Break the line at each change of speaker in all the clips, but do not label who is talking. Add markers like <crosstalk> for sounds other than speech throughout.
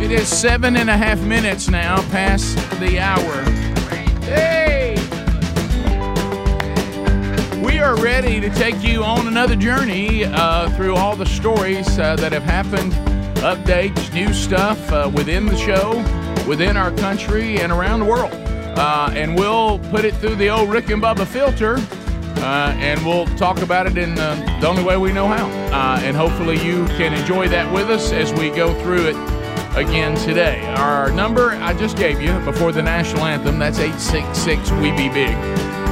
It is seven and a half minutes now past the hour. Hey! We are ready to take you on another journey uh, through all the stories uh, that have happened, updates, new stuff uh, within the show, within our country, and around the world. Uh, and we'll put it through the old Rick and Bubba filter, uh, and we'll talk about it in the, the only way we know how. Uh, and hopefully, you can enjoy that with us as we go through it again today. Our number I just gave you before the national anthem, that's 866 We Be Big.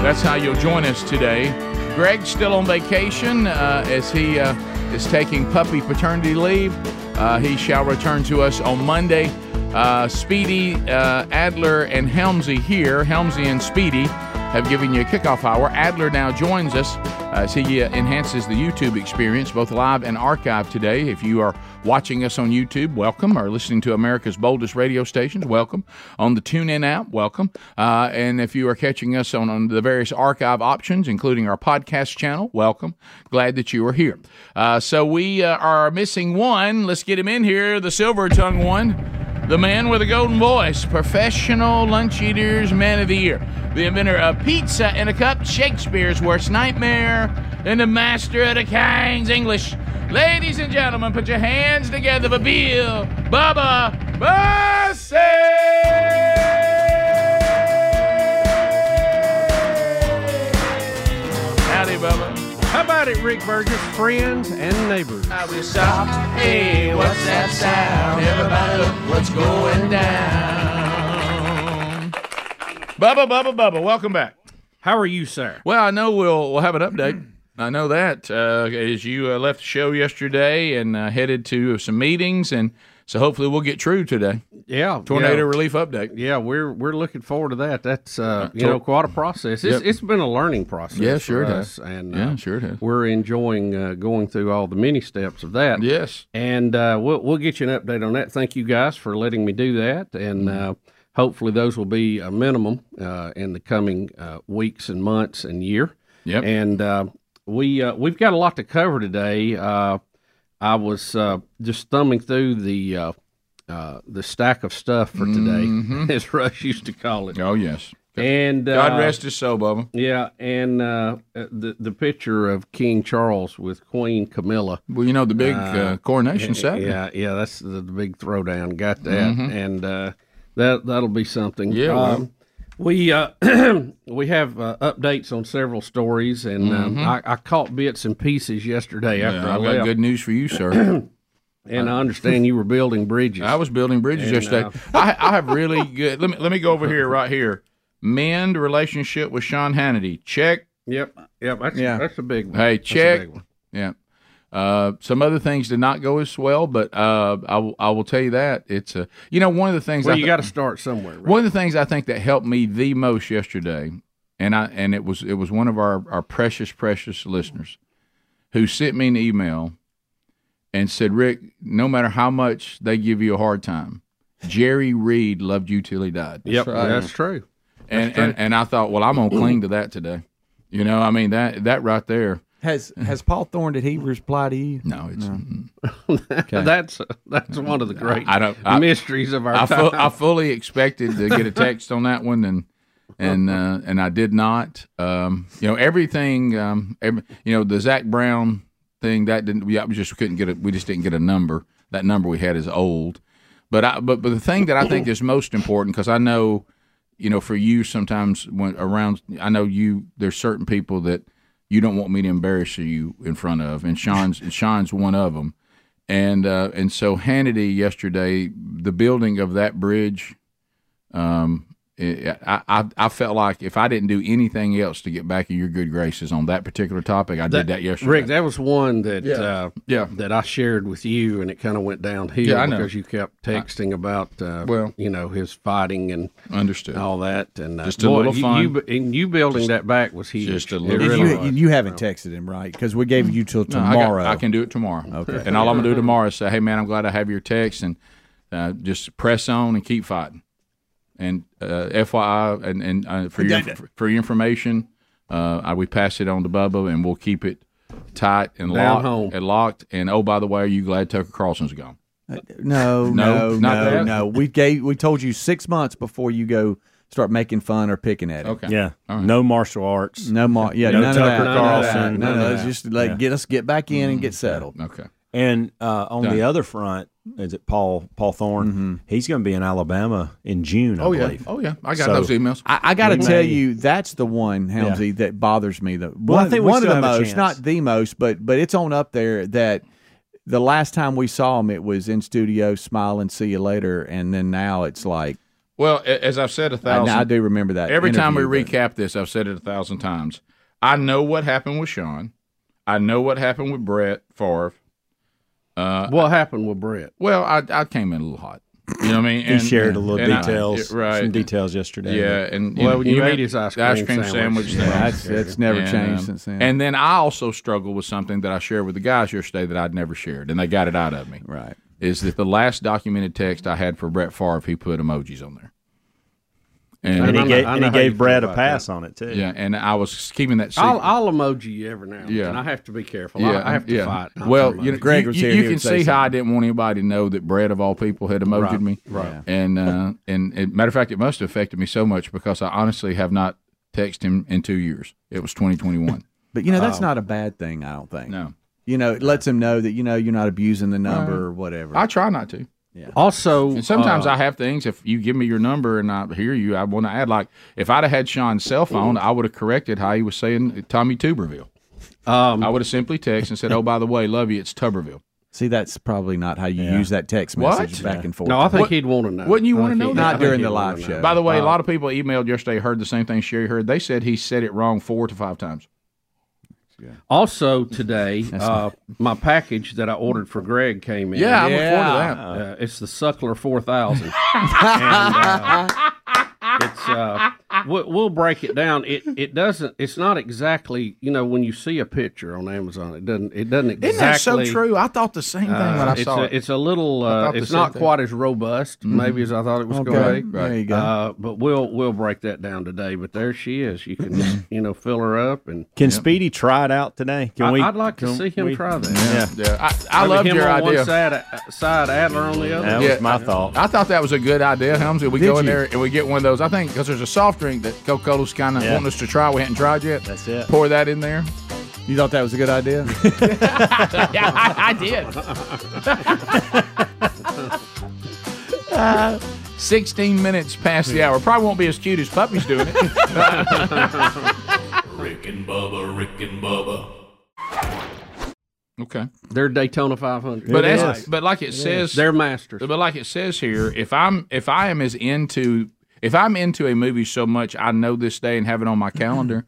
That's how you'll join us today. Greg's still on vacation uh, as he uh, is taking puppy paternity leave. Uh, he shall return to us on Monday. Uh, Speedy, uh, Adler, and Helmsy here. Helmsy and Speedy have given you a kickoff hour. Adler now joins us as he uh, enhances the YouTube experience, both live and archived today. If you are watching us on YouTube, welcome. Or listening to America's boldest radio stations, welcome. On the TuneIn app, welcome. Uh, and if you are catching us on, on the various archive options, including our podcast channel, welcome. Glad that you are here. Uh, so we uh, are missing one. Let's get him in here, the silver tongue one. The man with a golden voice, professional lunch eaters, man of the year, the inventor of pizza in a cup, Shakespeare's worst nightmare, and the master of the King's English. Ladies and gentlemen, put your hands together for Bill Bubba Bussey. Howdy, Bubba.
How about it, Rick Burgess? Friends and neighbors.
I was stopped. Hey, what's that sound? Everybody, look what's going
<laughs>
down. Bubba, Bubba, Bubba, welcome back.
How are you, sir?
Well, I know we'll we'll have an update. I know that uh, as you uh, left the show yesterday and uh, headed to some meetings, and so hopefully we'll get true today.
Yeah.
Tornado
yeah.
relief update.
Yeah, we're we're looking forward to that. That's uh, you know quite a process. It's, it's been a learning process.
Yeah, sure
for
it
us, and
Yeah,
uh,
sure it is.
we're enjoying uh, going through all the mini steps of that.
Yes.
and uh, we'll we'll get you an update on that. Thank you guys for letting me do that, and
Mm-hmm.
uh, hopefully those will be a minimum uh, in the coming uh, weeks and months and year.
Yep.
And uh, we uh, we've got a lot to cover today. Uh, I was uh, just thumbing through the uh, uh, the stack of stuff for today, <laughs>
Mm-hmm.
as Rush used to call it.
Oh yes.
And uh,
God rest his soul, Bubba.
Yeah, and uh, the the picture of King Charles with Queen Camilla.
Well, you know the big uh, coronation Saturday.
Yeah, yeah, that's the, the big throwdown. Got that, and uh, that that'll be something.
Yeah, it
Um, we uh, <clears throat> we have uh, updates on several stories, and um, I, I caught bits and pieces yesterday
Uh,
after I
Mm-hmm. I've got
left,
good news for you, sir.
<clears throat>
Uh,
and I
<laughs>
understand you were building bridges. uh,
I was building bridges yesterday. I, I have really <laughs> good. Let me let me go over here right here. Mend relationship with Sean Hannity. Check.
yep, yep, that's,
Yeah.
that's a big one.
Hey,
That's a
check.
big one.
Yeah. Uh, some other things did not go as well, but uh, I will- I will tell you that it's a you know one of the things
Well,
I
you
thi-
got to start somewhere. Right?
one of the things I think that helped me the most yesterday, and I and it was it was one of our our precious precious listeners who sent me an email and said, Rick, no matter how much they give you a hard time, Jerry Reed loved you till he died.
Yep, that's true.
and, and and I thought, well, I'm gonna cling to that today. You know, I mean that that right there.
Has has Paul Thorne did he reply to you?
Mm-hmm. No, it's
<laughs>
That's <laughs> that's one of the great
I don't- I-
mysteries of our
I,
time.
fu- I fully expected to get a text on that one, and and uh, and I did not. Um, you know everything. Um, every, you know the Zach Brown thing that didn't. We I just couldn't get it. We just didn't get a number. That number we had is old. But I but but the thing that I think is most important because I know, you know, for you sometimes when around I know you there's certain people that you don't want me to embarrass you in front of, and Sean's and Sean's one of them. And uh, and so Hannity yesterday, the building of that bridge it- I, I I felt like if I didn't do anything else to get back in your good graces on that particular topic, I did that yesterday.
Rick, that was one that uh,
Yeah.
that I shared with you, and it kind of went downhill
Yeah, I know.
because you kept texting about uh,
Well-
you know his fighting and
Understood.
all that, and uh,
Just a little
you,
fun.
You, and you building that back was huge.
just a
It
little
And
really
you,
was.
and you haven't texted him, right? Because we gave you till
I, got-
tomorrow.
I can do it tomorrow. Okay. And all I'm gonna do tomorrow is say, "Hey man, I'm glad I have your text, and uh, just press on and keep fighting." And uh, FYI, and and uh, for your for your information, uh, I, we pass it on to Bubba, and we'll keep it tight and
Down
locked.
home.
And locked. And oh, by the way, are you glad Tucker Carlson's gone?
Uh,
No,
No, no, no,
not
no,
that.
We gave we told you six months before you go start making fun or picking at it.
Okay.
Yeah. No martial arts.
No, Mar- yeah,
No
none
Tucker
of that.
Carlson,
No,
none of
no,
that.
just like get us get back in and get settled.
Mm-hmm. Okay.
And uh, on
Done. Mm-hmm.
the other front, is it Paul Paul Thorne? He's going to be in Alabama in June, I
Oh yeah.
believe.
Oh yeah. I got
So-
those emails. Mm-hmm.
I, I got to
We
tell
may-
you, that's the one, Helmsy, that bothers me. The one,
Well, I think we
one of
still
the
have a
most,
chance.
not the most, but but it's on up there. That the last time we saw him, it was in studio, smile and see you later, and then now it's like
Well, a- as I've said a
I,
thousand,
I do remember that
every time we
interview, but-
recap this, I've said it a thousand times. I know what happened with Sean. I know what happened with Brett Favre. Uh,
What happened with Brett?
Well, I, I came in a little hot. You know what I
<laughs>
mean?
He shared a little
and I-
details,
right?
some details yesterday.
Yeah, and
Well, you
remember
ate his ice
the
cream sandwich.
thing.
Yeah,
That's that's never
And,
changed
um,
since then.
And then I also struggled with something that I shared with the guys yesterday that I'd never shared, and they got it out of me.
right.
Is that the last documented text I had for Brett Favre? He put emojis on there.
And
I
he
know-
gave,
I
and
know
he
how you
gave
feel
Brad a
about
pass on it too.
Yeah, and I was keeping that secret.
I'll, I'll emoji you every now and
Yeah.
then. I have to be careful.
yeah,
I, I have to
yeah.
fight. not
Well,
to
you know,
emoji.
Greg
you,
was here,
you
he
can
would
see
say
how I didn't want anybody to know that Brett of all people had emoted
Right,
me.
right.
And uh, and it, matter of fact, it must have affected me so much because I honestly have not texted him in two years. It was 2021.
But you know that's
Oh,
not a bad thing. I don't think.
Oh. no, Uh,
You know, it lets him know that you know you're not abusing the number or whatever.
I try not to.
also,
And sometimes
uh,
I have things. If you give me your number and I hear you, I want to add. Like if I'd have had Sean's cell phone, I would have corrected how he was saying Tommy Tuberville.
Um,
I would have simply texted and said, "Oh, by the way, love you. It's Tuberville."
See, that's probably not how you use that text
What?
message back and forth.
no, I think he'd want to know.
wouldn't you
I
wanna
think
know
he-
that?
I
Not
think
during
he'd
the
wanna
live
know. Uh,
show.
By the way, a lot of people emailed yesterday, heard the same thing Sherry heard. They said he said it wrong four to five times.
Also today, uh, my package that I ordered for Greg came in.
I'm
looking forward to that.
Uh, it's the Suckler
<laughs>
4000. and, uh, it's uh, we'll, we'll break it down. It it doesn't. It's not exactly. You know, when you see a picture on Amazon, it doesn't. It doesn't exactly.
I thought the same thing
uh, it's, a, it's a little. Uh,
thought the
it's
same
not
thing. Mm-hmm.
quite as robust, maybe as I thought it was
Okay,
going to be.
there you go.
Uh, but we'll we'll break that down today. But there she is. You can you know fill her up, and
Can Speedy try it out today? Can
I,
we?
would like to
can
see him
we-
try that.
Yeah,
yeah, I, I
Maybe
loved
him
your
on
idea.
One side, uh, side Adler on the other.
that
Yeah.
was my thought.
I thought that was a good idea, Helmsy. We
Did
go in
you?
there and we get one of those. I think because there's a soft drink that Coca Cola's kind of
Yeah.
wanting us to try. We hadn't tried yet.
That's it.
Pour that in there.
you thought that was a good idea.
yeah, I, I did. <laughs> Sixteen minutes past the hour. Probably won't be as cute as puppies doing it.
<laughs>
Rick and Bubba, Rick and Bubba,
okay.
They're Daytona 500.
But
It
as,
is.
but like it, says,
they're masters.
but like it says here, if I'm if I am as into if I'm into a movie so much I know this day and have it on
<clears throat>
my calendar,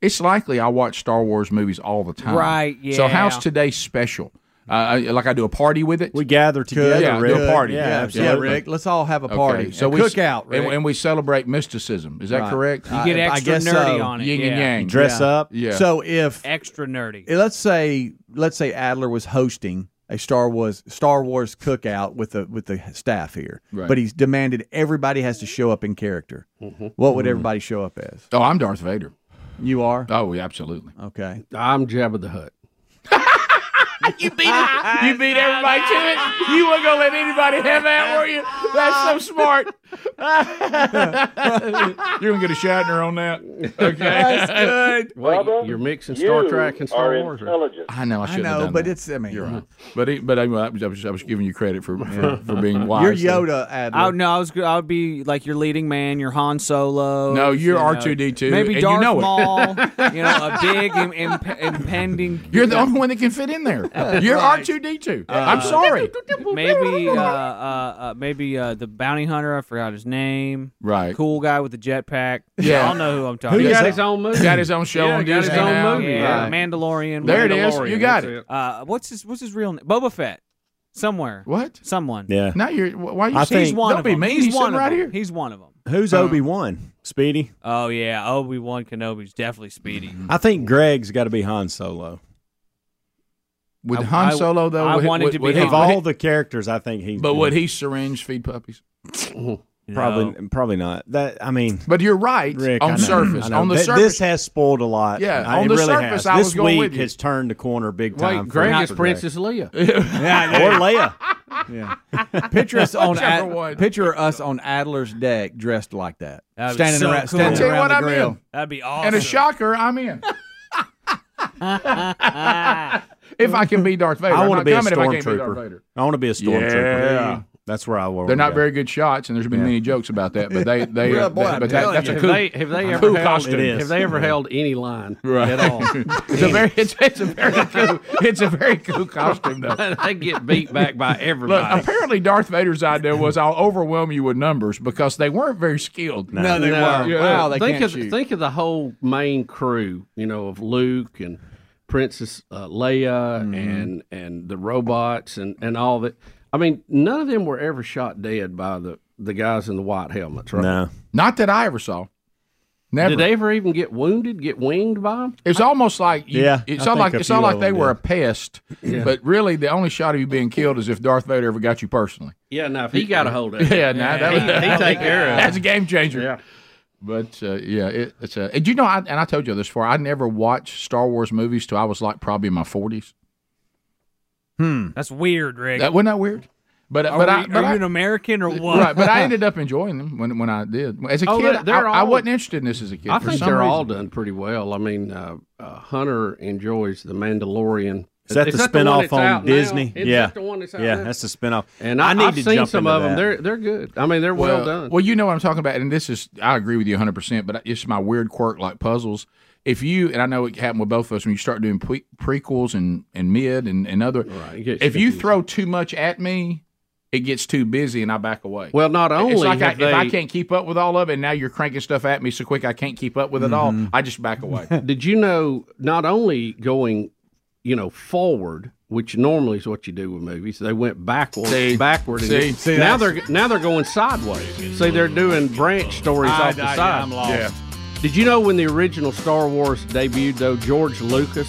it's likely I watch Star Wars movies all the time.
Right,
So
yeah.
how's today special? Uh, I, like I do a party with it.
We gather together,
yeah,
Rick.
do a party.
Yeah,
yeah, yeah,
absolutely.
Rick. Let's all have a
Okay,
party.
So
So
we
cook out, Rick.
and, and we celebrate mysticism. Is that
Right.
correct?
Uh,
You get
I- I
extra
guess
nerdy
<laughs>
so.
on it.
Yin
yeah.
and yang.
Dress
Yeah.
up.
Yeah.
So if
Extra nerdy.
let's say let's say Adler was hosting a Star Wars Star Wars cookout with the with the staff here,
Right.
but he's demanded everybody has to show up in character.
Mm-hmm.
What would everybody show up as?
Mm-hmm. oh, I'm Darth Vader.
You are
Oh, yeah, absolutely.
okay.
I'm Jabba the
<laughs>
Hutt.
<laughs> You beat you beat everybody to it. You weren't gonna let anybody have that, were you? That's so smart. You're gonna get a Shatner on
<laughs>
that. <laughs> Okay.
Wait,
Bubba,
you're mixing Star
you
Trek and Star
are
Wars. or-
Intelligent.
I know I
I
shouldn't have
know,
done
but
that.
it's. I mean,
<laughs> But he, but I, I, was, I was- I was giving you credit for <laughs> for, for being
you're
wise. there.
Yoda. Adler.
I would no, I was. I would be like your leading man, your Han Solo.
No, you're
you know,
R2D2,
Maybe
and you
Darth
know it.
Maul.
<laughs>
you know, a big im- <laughs> imp- impending.
You're the only one that can fit in there. You're R two D two. I'm sorry.
Maybe, uh, uh, uh, maybe uh, the bounty hunter. I forgot his name.
Right.
Cool guy with the jetpack.
Yeah.
Y'all know who I'm talking
He
about.
got his own movie.
Got his own show
Yeah,
on
got
Disney
his own
now.
movie.
Yeah,
Right.
Mandalorian.
There it is.
Mandalorian.
You got
That's
it.
Uh, what's his What's his real name? Boba Fett. Somewhere.
What?
Someone.
Yeah.
Now you're. wh- Why are you
I
saying?
He's
think-
one
Don't
of
be
them.
mean.
He's
He's
one
sitting
of
right
them.
here.
He's one of them.
Who's
Uh-huh.
Obi Wan? Speedy.
Oh yeah, Obi Wan Kenobi's definitely speedy.
Um, Hmm.
I think Greg's got to be Han Solo.
With
I-
Han
I-
Solo though,
I
would-
wanted
would-
to be
would he-
Han.
Of all the characters, I think he's.
But would he syringe feed puppies?
probably probably not? That I mean,
But you're right
Rick I
on
know,
surface.
I know.
On the
Th-
surface,
this has spoiled a lot.
Yeah,
I-
on
it
the
really
surface,
has.
I
this
was going
week
with you.
has turned the corner big time.
Wait,
for-
Greg is
for
Princess Leia.
or
<laughs>
Leia.
picture us on
Whichever
Ad-
one.
picture us on Adler's deck dressed like that,
That'd be
standing
so
around,
cool.
standing
Tell you
around
what
the
I'm
grill.
in.
That'd be awesome.
and a shocker, I'm in. if I can be Darth Vader,
I
I'm
want
not
to be a
coming if I can't be Darth
stormtrooper.
Vader.
I want to be a stormtrooper.
Yeah.
That's where I will.
They're not very good shots, and there's been many jokes about that. But
<laughs>
they, they,
Yeah, boy, I'm
but that,
telling
that's
you.
a
Have
cool.
they, have they ever
cool
held,
costume.
It is.
Have they ever held any line
Right.
at all?
<laughs> It's a very, it's, it's a very cool, it's a very cool costume though.
<laughs> they get beat back by
Look,
everybody.
apparently Darth Vader's idea was I'll overwhelm you with numbers because they weren't very skilled.
No, they weren't.
Yeah.
Wow, they
think
can't
of
shoot.
think of the whole main crew, you know, of Luke and Princess uh, Leia and and the robots and and all that. I mean, none of them were ever shot dead by the the guys in the white helmets, right?
No.
Not that I ever saw. Never.
Did they ever even get wounded, get winged by them?
It's almost like you,
Yeah, I
It's all
think
like
a
it's all
few
like
of
they
them
were a
did.
pest, but really the only shot of you being killed is if Darth Vader ever got you personally.
Yeah, now if he
<laughs>
got a hold of it,
Yeah, nah, that was,
he, he take care of it.
that's a game changer.
Yeah.
But uh, yeah, it, it's a. And you know, I, and I told you this before. I never watched Star Wars movies till I was like probably in my forties.
That's weird, Rick.
That wasn't that weird. But
are
but
we-
I but
are
I,
you an American or what?
right, but I ended up enjoying them when when I did as a
Oh,
kid.
they're- they're
I, I
all-
wasn't interested in this as a kid.
I
for
think
some
they're
reason.
all done pretty well. I mean, uh, uh, Hunter enjoys the Mandalorian.
Is that the
one
spinoff
that's
on
out now?
Disney?
Is
Yeah.
that the one that's out
Yeah,
now?
that's the spinoff.
And I,
need
have
to
seen
jump
some
into
of them.
that.
They're they're good. I mean, they're well, done.
Well, you know what I'm talking about, and this is I agree with you 100, percent but it's my weird quirk like puzzles. If you and I know it happened with both of us when you start doing pre- prequels and and mid and and other,
Right, it gets
if you
confusing.
throw too much at me, it gets too busy and I back away.
well, not only
it's like I,
have
if I
they-
can't keep up with all of it, and now you're cranking stuff at me so quick I can't keep up with it
Mm-hmm.
all. I just back away.
did you know not only going, you know, forward, which normally is what you do with movies, they went backward,
See?
backward. and-
See? See,
now
that's-
they're now they're going sideways. See, they're doing branch stories off the side.
yeah,
Did you know when the original Star Wars debuted, though, George Lucas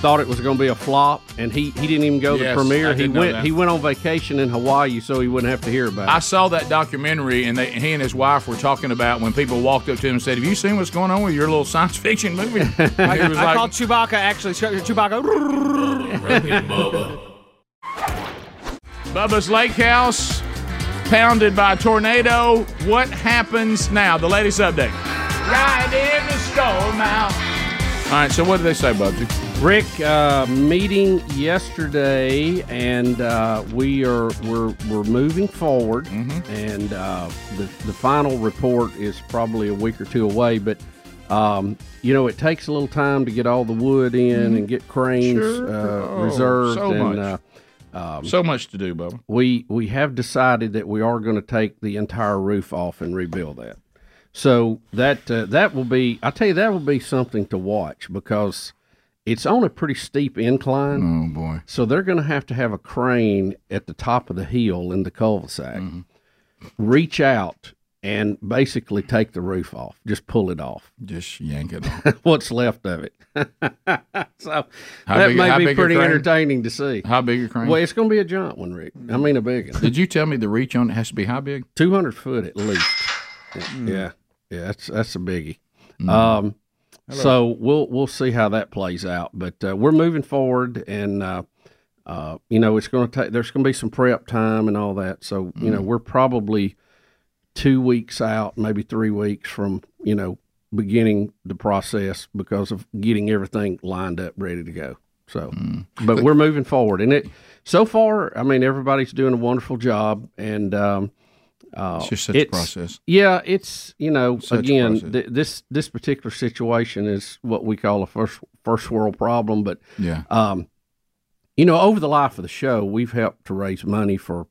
thought it was going to be a flop, and he, he didn't even go to
Yes,
the
I
premiere.
did
He
know
went
that.
he went on vacation in Hawaii, so he wouldn't have to hear about
I
it.
saw that documentary, and they, he and his wife were talking about when people walked up to him and said, "Have you seen what's going on with your little science
<laughs>
fiction movie?" And he was
I
like,
called Chewbacca actually. Chewbacca.
Rick and Bubba.
Bubba's Lake House, pounded by a tornado. What happens now? The latest update. Right in the storm now. All right, so what did they say, Bubsy?
Rick, uh, meeting yesterday, and uh, we are we're we're moving forward,
Mm-hmm.
and uh, the the final report is probably a week or two away, but. Um, you know, it takes a little time to get all the wood in and get cranes
Mm-hmm. Sure.
uh,
Oh,
reserved
so
and
much.
Uh,
so much to do, Bubba.
we we have decided that we are going to take the entire roof off and rebuild that. So that uh, that will be I tell you that will be something to watch because it's on a pretty steep incline.
Oh boy.
So they're going to have to have a crane at the top of the hill in the cul-de-sac,
Mm-hmm.
reach out and basically take the roof off, just pull it off,
Just yank it off.
<laughs> what's left of it. so
How
that
big- how
may
big
be
a
pretty
crane?
entertaining to see.
How big your crane?
Well, it's going to be a giant one, Rick. I mean, a big one.
Did you tell me the reach on it has to be how big? Mm.
two hundred foot at least. Yeah, yeah, that's that's a biggie. Um, so we'll we'll see how that plays out, but uh, we're moving forward, and uh, uh,
Mm-hmm.
you know it's going to take. There's going to be some prep time and all that, so you know we're probably two weeks out, maybe three weeks from you know beginning the process because of getting everything lined up, ready to go. So,
Mm.
but we're moving forward, and it so far, I mean, everybody's doing a wonderful job, and um, uh,
It's just such a
it's-
process.
yeah, it's you know
Such a
again
process.
th- this this particular situation is what we call a first first world problem, but
Yeah.
um, you know over the life of the show we've helped to raise money for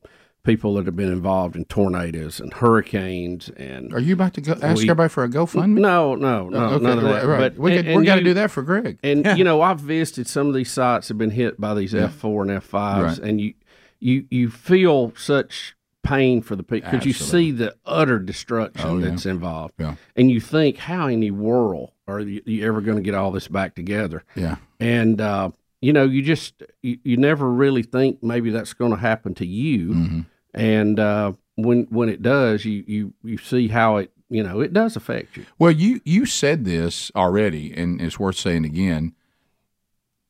people that have been involved in tornadoes and hurricanes and
Are you about to go ask
we-
everybody for a GoFundMe?
no no no
Oh, okay,
none of
right,
that.
right.
But
we
and-
could,
and
we're going to
you-
do that for Greg.
and you know, I've visited some of these sites have been hit by these F four and F fives, and you you you feel such pain for the people because you see the utter destruction
Oh, yeah.
that's involved,
Yeah.
and you think, how in the world are you, you ever going to get all this back together?
Yeah.
And uh, you know, you just you, you never really think maybe that's going to happen to you,
Mm-hmm.
and uh, when when it does, you you you see how it you know it does affect you.
Well, you you said this already, and it's worth saying again.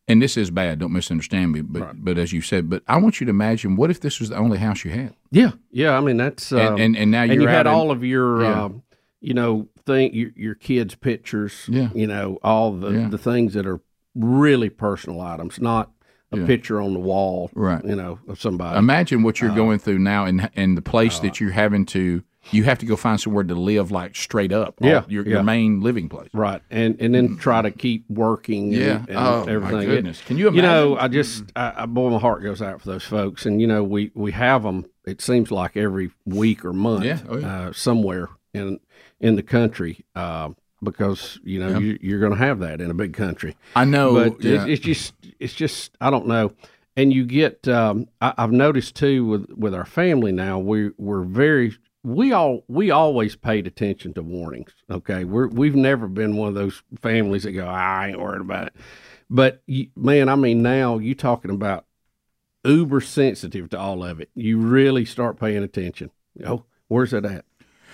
And this is bad. Don't misunderstand me. But but as you said, but I want you to imagine what if this was the only house you had,
Yeah, yeah. I mean, that's uh,
and, and and now you're
and you
out
had
in-
all of your,
Yeah.
um, you know, thing your, your kids' pictures.
Yeah.
You know, all the
Yeah.
the things that are really personal items, not a
Yeah.
picture on the wall,
Right.
You know, of somebody.
Uh, Imagine what you're
Uh,
going through now, and and the place that you're having to you have to go find somewhere to live, like straight up.
Yeah,
all- your,
yeah.
your main living place.
Right, and and then try to keep working. And,
Mm-hmm.
and
Yeah. Oh, my
everything. It-
goodness. Can you
You know,
imagine? Mm-hmm.
I just, I, I, boy, my heart goes out for those folks, and you know, we we have them. It seems like every week or month,
Yeah. Oh, yeah.
uh, somewhere in in the country, uh, because you know you, you're going to have that in a big country.
I know.
but
yeah.
it, it's just it's just I don't know. And you get um, I, I've noticed too with with our family now we we're very we all we always paid attention to warnings. Okay, we're we've never been one of those families that go I ain't worried about it. But you, man, I mean now you talking about uber sensitive to all of it. You really start paying attention. Oh, where's it at?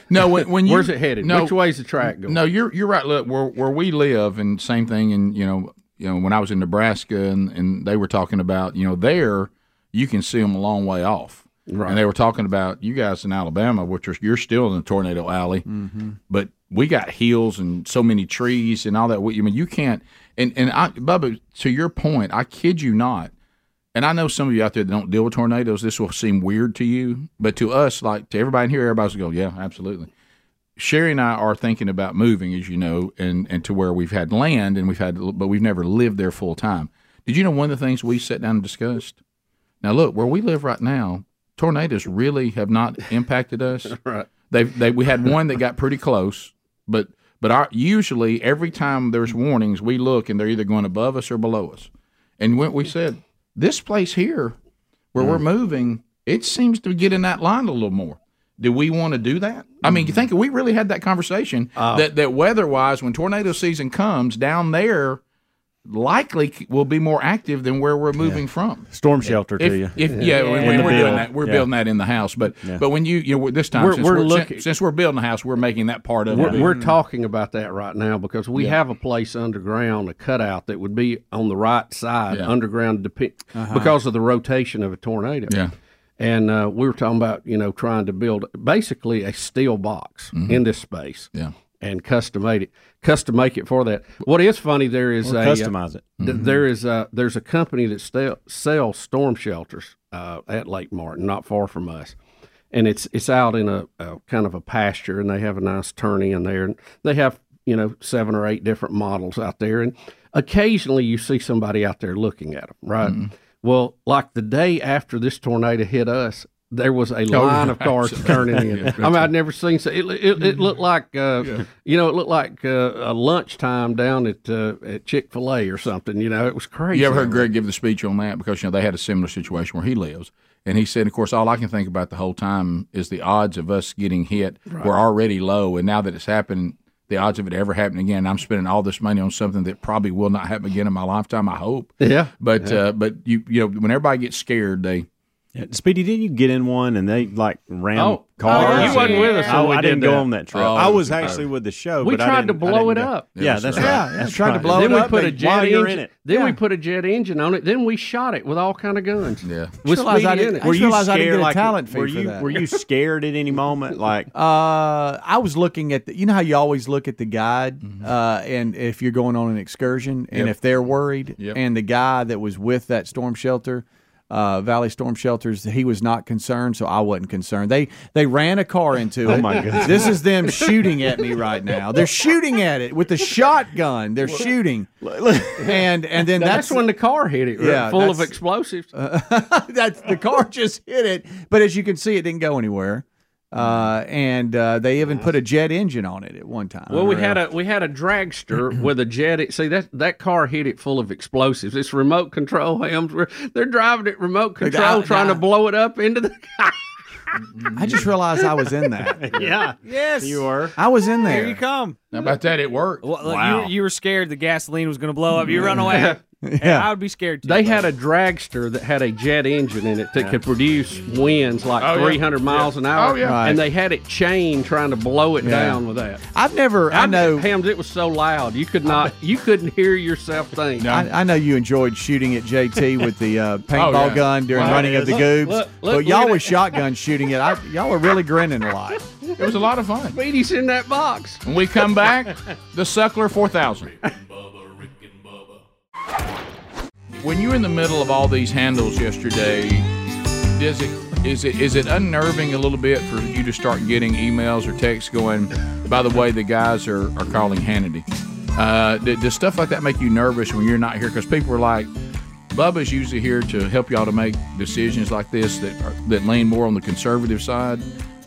no, when, when you,
Where's it headed?
No,
Which way's the track going?
No, you're you're right. Look, where where we live, and same thing, and you know, you know, when I was in Nebraska, and, and they were talking about, you know, there you can see them a long way off,
Right.
and they were talking about you guys in Alabama, which are you're still in the tornado alley,
Mm-hmm.
but we got hills and so many trees and all that. We- I mean, you can't. And and I, Bubba, to your point, I kid you not. And I know some of you out there that don't deal with tornadoes. This will seem weird to you, but to us, like to everybody in here, everybody's going, "Yeah, absolutely." Sherry and I are thinking about moving, as you know, and, and to where we've had land and we've had, but we've never lived there full time. Did you know one of the things we sat down and discussed? Now look, where we live right now, tornadoes really have not impacted us.
Right.
They they we had one that got pretty close, but but our usually every time there's warnings, we look and they're either going above us or below us. And what we said, this place here where we're moving, it seems to get in that line a little more. Do we want to do that? I mean, you think we really had that conversation that that weather wise, when tornado season comes down there, likely c- will be more active than where we're moving from.
Storm shelter to you.
If, if yeah, when, when
In the
we're doing
build.
that, we're
Yeah.
building that in the house. But but when you you know this time
We're-
since
we're
we're, sin-
looking-
since, we're building a house, we're making that part of
We're,
it. Mm.
we're talking about that right now because we have a place underground, a cutout that would be on the right side,
Yeah. Uh-huh.
underground, depe- because of the rotation of a tornado.
Yeah.
And uh, we were talking about, you know, trying to build basically a steel box in this space
Mm-hmm. Yeah.
and custom made it, custom make it for that. What is funny there is a, uh,
Customize it. Mm-hmm.
th- there is a there's a company that sell, sells storm shelters uh, at Lake Martin, not far from us, and it's it's out in a, a kind of a pasture, and they have a nice tourney in there, and they have you know seven or eight different models out there, and occasionally you see somebody out there looking at them, right?
Mm-hmm.
Well, like the day after this tornado hit us. There was
Oh,
a
Oh,
line of cars
<laughs>
turning
<laughs>
in. I mean, I'd never seen so. It, it,
Mm-hmm.
it looked like, uh, you know, it looked like uh, a lunchtime down at uh, at Chick Fil A or something. You know, it was crazy.
You ever heard Greg give the speech on that? Because you know they had a similar situation where he lives, and he said, "Of course, all I can think about the whole time is the odds of us getting hit were already low, and now that it's happened, the odds of it ever happening again. I'm spending all this money on something that probably will not happen again in my lifetime. I hope,
Yeah.
uh, but uh, but you you know when everybody gets scared, they
Speedy, didn't you get in one and they like ram
Oh.
cars?
Oh, you wasn't with us
I,
when we
I
did
didn't go
that.
on that trip.
Oh,
I was
okay.
actually with the show.
We
but I
tried to
didn't- I
blow
didn't
it
go.
up.
Yeah,
Yeah,
that's
that's
right.
right.
That's
tried to
right.
blow
then
it
we
up,
put
but
a jet
while you're
engine.
in it.
Then we
Yeah.
put a jet engine on it. Then we shot it with all kind of guns.
Yeah.
With
Just realized I
speed in
didn't-
it.
I just realized I didn't
scared,
get a
like,
talent fee
were
for
you,
that.
Were
<laughs>
you scared at any
<laughs>
moment? Like,
Uh, I was looking at the, you know how you always look at the guide,
Mm-hmm.
uh, and if you're going on an excursion, and
Yep.
if they're worried,
Yep.
and the guy that was with that storm shelter, uh, Valley Storm Shelters, he was not concerned, so I wasn't concerned. They they ran a car into it. Oh
my goodness.
This is them shooting at me right now. They're shooting at it with a shotgun. They're shooting, and and then
That's,
that's
when the car hit it, right?
Yeah,
full of
that's-
explosives.
that's the car <laughs> just hit it. But as you can see, it didn't go anywhere. Uh, and uh, they even put a jet engine on it at one time.
well, we had a we had a dragster with a jet. See that that car hit it full of explosives. It's remote control hams. Where they're driving it remote
Like,
control,
I-
trying
I-
to blow it up into
<laughs>
the.
I just realized I was
<laughs>
in that.
yeah,
Yes,
you were.
I was in there.
Here you come.
How about that? It worked.
Well, like,
Wow.
you, you were scared the gasoline was going to blow up. You run
<laughs>
away. And
Yeah.
I would be scared too.
They had a dragster that had a jet engine in it that could produce winds like
Oh, yeah.
300 miles an hour.
Oh, yeah.
Right.
And they had it chained trying to blow it down with that.
I've never. I know.
Hams, it was so loud you could not, you couldn't hear yourself think.
I, I know you enjoyed shooting
<laughs>
at JT with the uh, paintball
Oh, yeah.
gun during
Wow.
running of the
Look,
goobs,
look, look,
but
look
y'all
at
were
it.
shotgun shooting it. I, y'all were really grinning a lot.
It was a lot of fun.
Speedy's in that box.
When we come back, the Suckler 4000.
Bubba, Rick and Bubba.
When you're in the middle of all these handles yesterday, does it is it is it unnerving a little bit for you to start getting emails or texts going? By the way, the guys are, are calling Hannity. Uh, d- does stuff like that make you nervous when you're not here? Because people are like, Bubba's usually here to help y'all to make decisions like this that are, that lean more on the conservative side.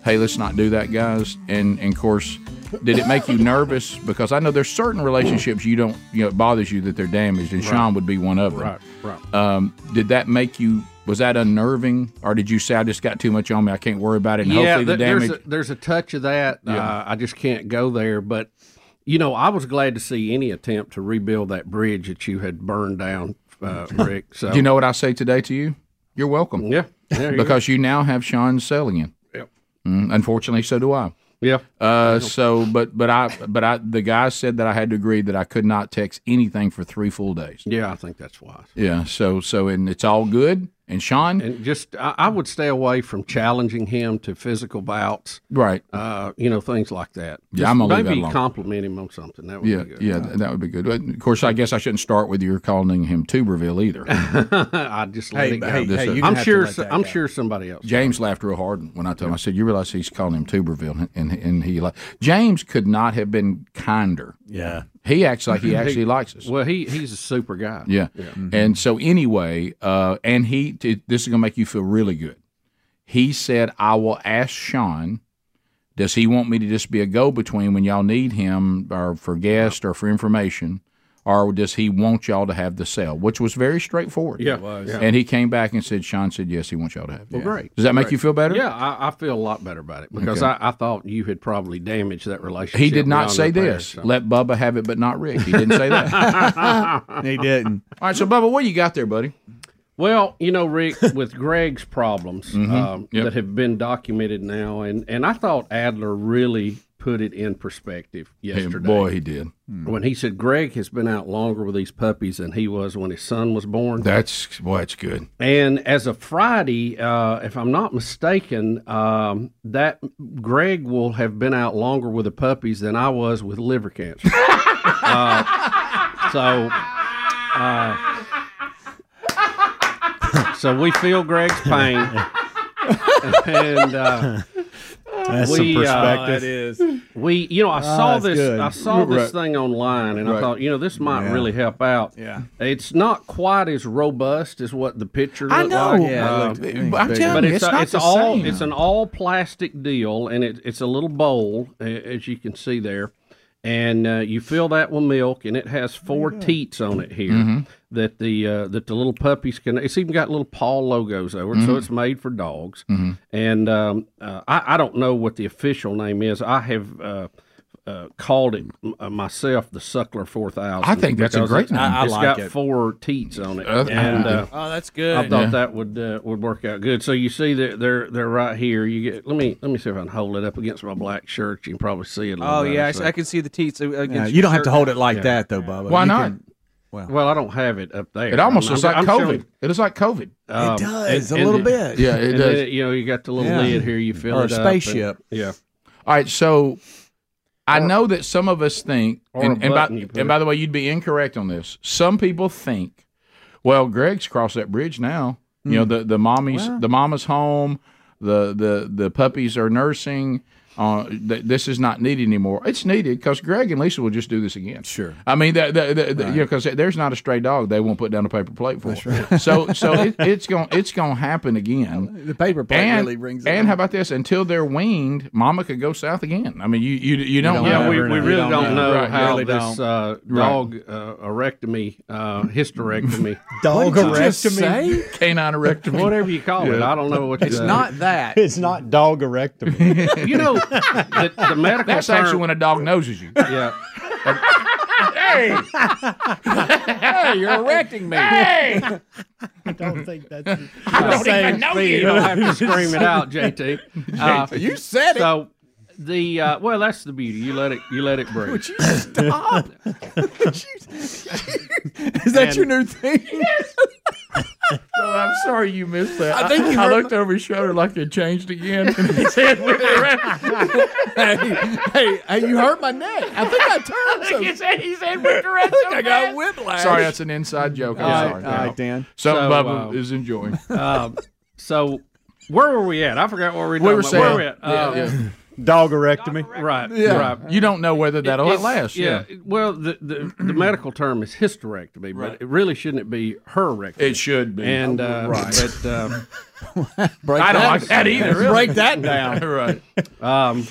Hey, let's not do that, guys. And and of course, did it make you nervous? Because I know there's certain relationships you don't you know it bothers you that they're damaged, and Sean would be one of them.
right.
Um, did that make you? Was that unnerving, or did you say I just got too much on me? I can't worry about it. And hopefully the
th-
damage.
There's a, there's a touch of that.
Yeah.
Uh, I just can't go there. But you know, I was glad to see any attempt to rebuild that bridge that you had burned down,
<laughs>
uh, Rick. So
do you know what I say today to you? You're welcome.
yeah, there you go.
Because you now have Sean Selligan.
Yep.
Mm, unfortunately, so do I.
yeah.
Uh, so, but but I but I the guy said that I had to agree that I could not text anything for three full days.
Yeah, I think that's wise.
Yeah. So so and it's all good. And Sean,
And just, I, I would stay away from challenging him to physical bouts,
right?
uh, you know, things like that.
Yeah,
Just
I'm gonna leave
maybe
that alone.
compliment him on something. That would
Yeah,
be good. <laughs> Uh,
yeah, th- that would be good. But, Of course, I guess I shouldn't start with you calling him
<laughs>
Tuberville either.
I just let
Hey,
it go.
hey, hey, you
I'm
didn't have to
sure.
let that
I'm
go.
sure somebody else.
James laughed real hard when I told him. I said, "You realize he's calling him Tuberville," and and he like James could not have been kinder.
Yeah,
He acts
<laughs>
like he actually likes us.
Well, he he's a super guy. Mm.
Yeah.
Mm-hmm.
And so anyway, uh, and he t- this is gonna make you feel really good. He said, "I will ask Sean. Does he want me to just be a go-between when y'all need him, or for guests, or for information, or does he want y'all to have the cell?" Which was very straightforward.
Yeah. It was. Yeah.
And he came back and said, "Sean said yes, he wants y'all to have." it.
Well, great.
Does that make you feel better?
Yeah, I, I feel a lot better about it because I, I thought you had probably damaged that relationship.
He did not
beyond
say
repair,
this.
so.
Let Bubba have it, but not Rick. He didn't say that.
<laughs>
All
He didn't.
right, so Bubba, what you got there, buddy?
Well, you know,
<laughs>
Rick, with Greg's problems um,
Mm-hmm. Yep.
that have been documented now, and, and I thought Adler really put it in perspective yesterday
Boy, he did.
when he said Greg has been out longer with these puppies than he was when his son was born.
That's boy, it's good.
And as of Friday, uh, if I'm not mistaken, um, that Greg will have been out longer with the puppies than I was with liver cancer. <laughs> uh, so, uh, so we feel Greg's pain, <laughs> and uh,
that's
We, uh,
some perspective. Ah,
we, you know, I saw
that's
this,
good.
I saw this thing online, and I thought, you know, this might really help out.
Yeah.
it's not quite as robust as what the picture.
I
looked
know.
like.
Yeah, it
Uh,
looked- it
I'm
looked big.
telling
but
you,
it's,
it's
a-
not
it's
the
all
same.
it's an all plastic deal, and it, it's a little bowl a- as you can see there, and uh, you fill that with milk, and it has four teats on it here
Mm-hmm.
that the uh, that the little puppies can. It's even got little paw logos over it,
Mm-hmm.
so it's made for
Mm-hmm.
dogs. And um, uh, I, I don't know what the official name is. I have. Uh, uh, called it m- uh, myself the Suckler Four Thousand.
I think that's a great name. I- I
It's
like
got
it.
four teats on it,
Uh,
and
I-
uh,
Oh, that's good.
I thought that would uh, would work out good. So you see that they're they're right here. You get let me let me see if I can hold it up against my black shirt. You can probably see it. A little
oh
better.
yeah, I,
So-
I can see the teats. uh, against
Yeah,
your
you don't have
shirt.
to hold it like that though, Bubba.
Why
You
not?
can-
well, I don't have it up there.
It almost
I'm-
looks like
I'm- I'm
COVID.
showing-
It looks like COVID.
um,
it does
and-
a little
and-
bit.
Yeah, it
and
does.
then it- you know, you got the little
Yeah.
lid here. You fill
Or a
it up and-
spaceship.
yeah.
All right, so I know that some of us think,
Or
and,
a
and, by,
button you put
and by the way, you'd be incorrect on this. Some people think, well, Greg's crossed that bridge now. You
Hmm.
know, the the mommy's the mama's home, the the the puppies are nursing. Uh, th- this is not needed anymore. It's needed because Greg and Lisa will just do this again.
Sure.
I mean, the, the, the, the- you know, because there's not a stray dog they won't put down a paper plate for. So,
<laughs>
so it, it's going to it's going to happen again
The paper plate
and,
really rings. it
and
up.
how about this? Until they're weaned, Mama could go south again. I mean, you you you don't.
don't
Yeah,
know.
we, we
You
really
don't
don't,
know.
know
Right,
how
really
this
don't.
uh, dog uh, erectomy, uh,
<laughs>
hysterectomy,
Dog
Did you just say?
<laughs> canine erectomy.
whatever you call it. I don't know
<laughs>
what
It's
<laughs>
not that.
It's not dog erectomy.
<laughs>
You know, the, the medical
That's
term.
actually when a dog noses you.
yeah.
hey, you're erecting me. <laughs> Hey,
<laughs> I don't think
<laughs>
that's.
I don't even know
You
you.
don't have to scream it
<laughs>
out,
<laughs>
JT. Uh,
You said it.
so the uh, well, that's the beauty. You let it. You let it breathe.
Would you stop? Is that your new thing?
Oh, I'm sorry you missed that. I,
think you
I
heard
looked over his shoulder like it changed
<laughs>
again. And his head went around.
hey, hey, hey, you hurt my neck. I think I turned
<laughs>
something.
His head, his head went around. So
I got whiplash.
Sorry, that's an inside joke. I'm
All
sorry.
right, all right, Dan.
Something
So,
Bubba
uh,
is enjoying.
<laughs> Um, so where were we at? I forgot where we.
We were
talking about. Where
saying,
we
yeah,
at? Uh,
yeah.
dog erectomy.
Right. Right.
you don't know whether that'll
It's-
last. Yeah.
Well, the, the, the medical term is hysterectomy, but it really shouldn't it be herectomy.
it should be.
and uh, but uh,
Break
I don't like that either. really.
Break that down.
<laughs> right.
um,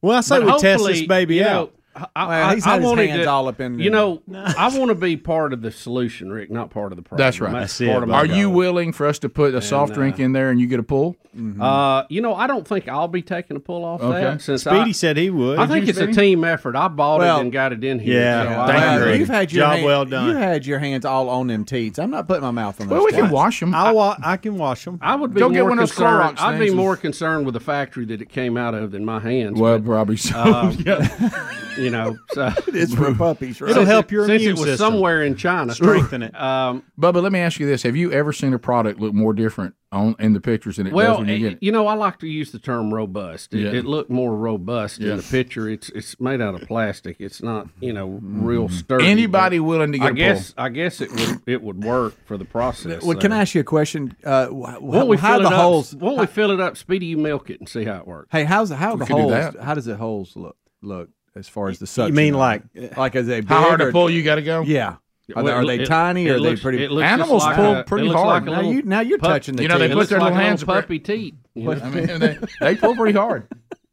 Well, I say
but
we test this
hopefully,
baby
you
out.
know, I,
Well,
I-
he's
I
had his
wanted
hands
to-
all up in
You
the-
know, I want to be part of the solution, Rick, not part of the problem.
That's right.
That's,
That's it,
part of my
Are
goal.
you willing for us to put a soft drink in there and you get a pull?
Uh, you know, I don't think I'll be taking a pull off
Okay.
that since
Speedy
I,
said he would.
I think it's a team effort. I bought
Well,
it and got it in here.
yeah.
so
Thank
I,
you, Rick.
you've had your
Job
hand-
well done.
You had your hands all on them teats. I'm not putting my mouth on those.
Well, we can
teats.
wash them.
I'll wa- I can wash them.
I would be
Go
more
get one of those
concerned.
Clorox
I'd be
things.
more concerned with the factory that it came out of than my hands.
well, probably so. <laughs>
but, you know, so
It's for puppies, right?
It'll help your
since
immune
it was
system.
somewhere in China.
Strengthen it.
Um,
Bubba, let me ask you this: Have you ever seen a product look more different on in the pictures than it does
well,
when you get
you,
it?
know, I like to use the term robust. It,
Yeah.
it looked more robust in the picture. It's it's made out of plastic. It's not you know real sturdy.
Anybody
but
Mm-hmm. willing to get
I
a
guess I guess it would it would work for the process.
Well, can
there.
I ask you a question? Uh, wh-
Won't
how,
we
how
fill
the
it up?
holes?
Won't we fill it up? Speedy, you milk it and see how it works.
Hey, how's how the
could do
holes?
that.
How does the holes look? Look as far as the suction.
you mean
on
like
it? like are they
pull? How hard
big
to
or-
pull you got to go?
Yeah. Are they,
Well,
are they
it-
tiny or
it
are they
looks-
pretty?
it looks just
Animals
like
pull
a-
pretty
it looks
hard.
Like a
now,
little
you, now you're
pup-
touching the
You know,
teat.
they
It
put
looks
their
like
little
a
hands
little
up
puppy teat. you <laughs> know?
I mean, they, they pull pretty hard,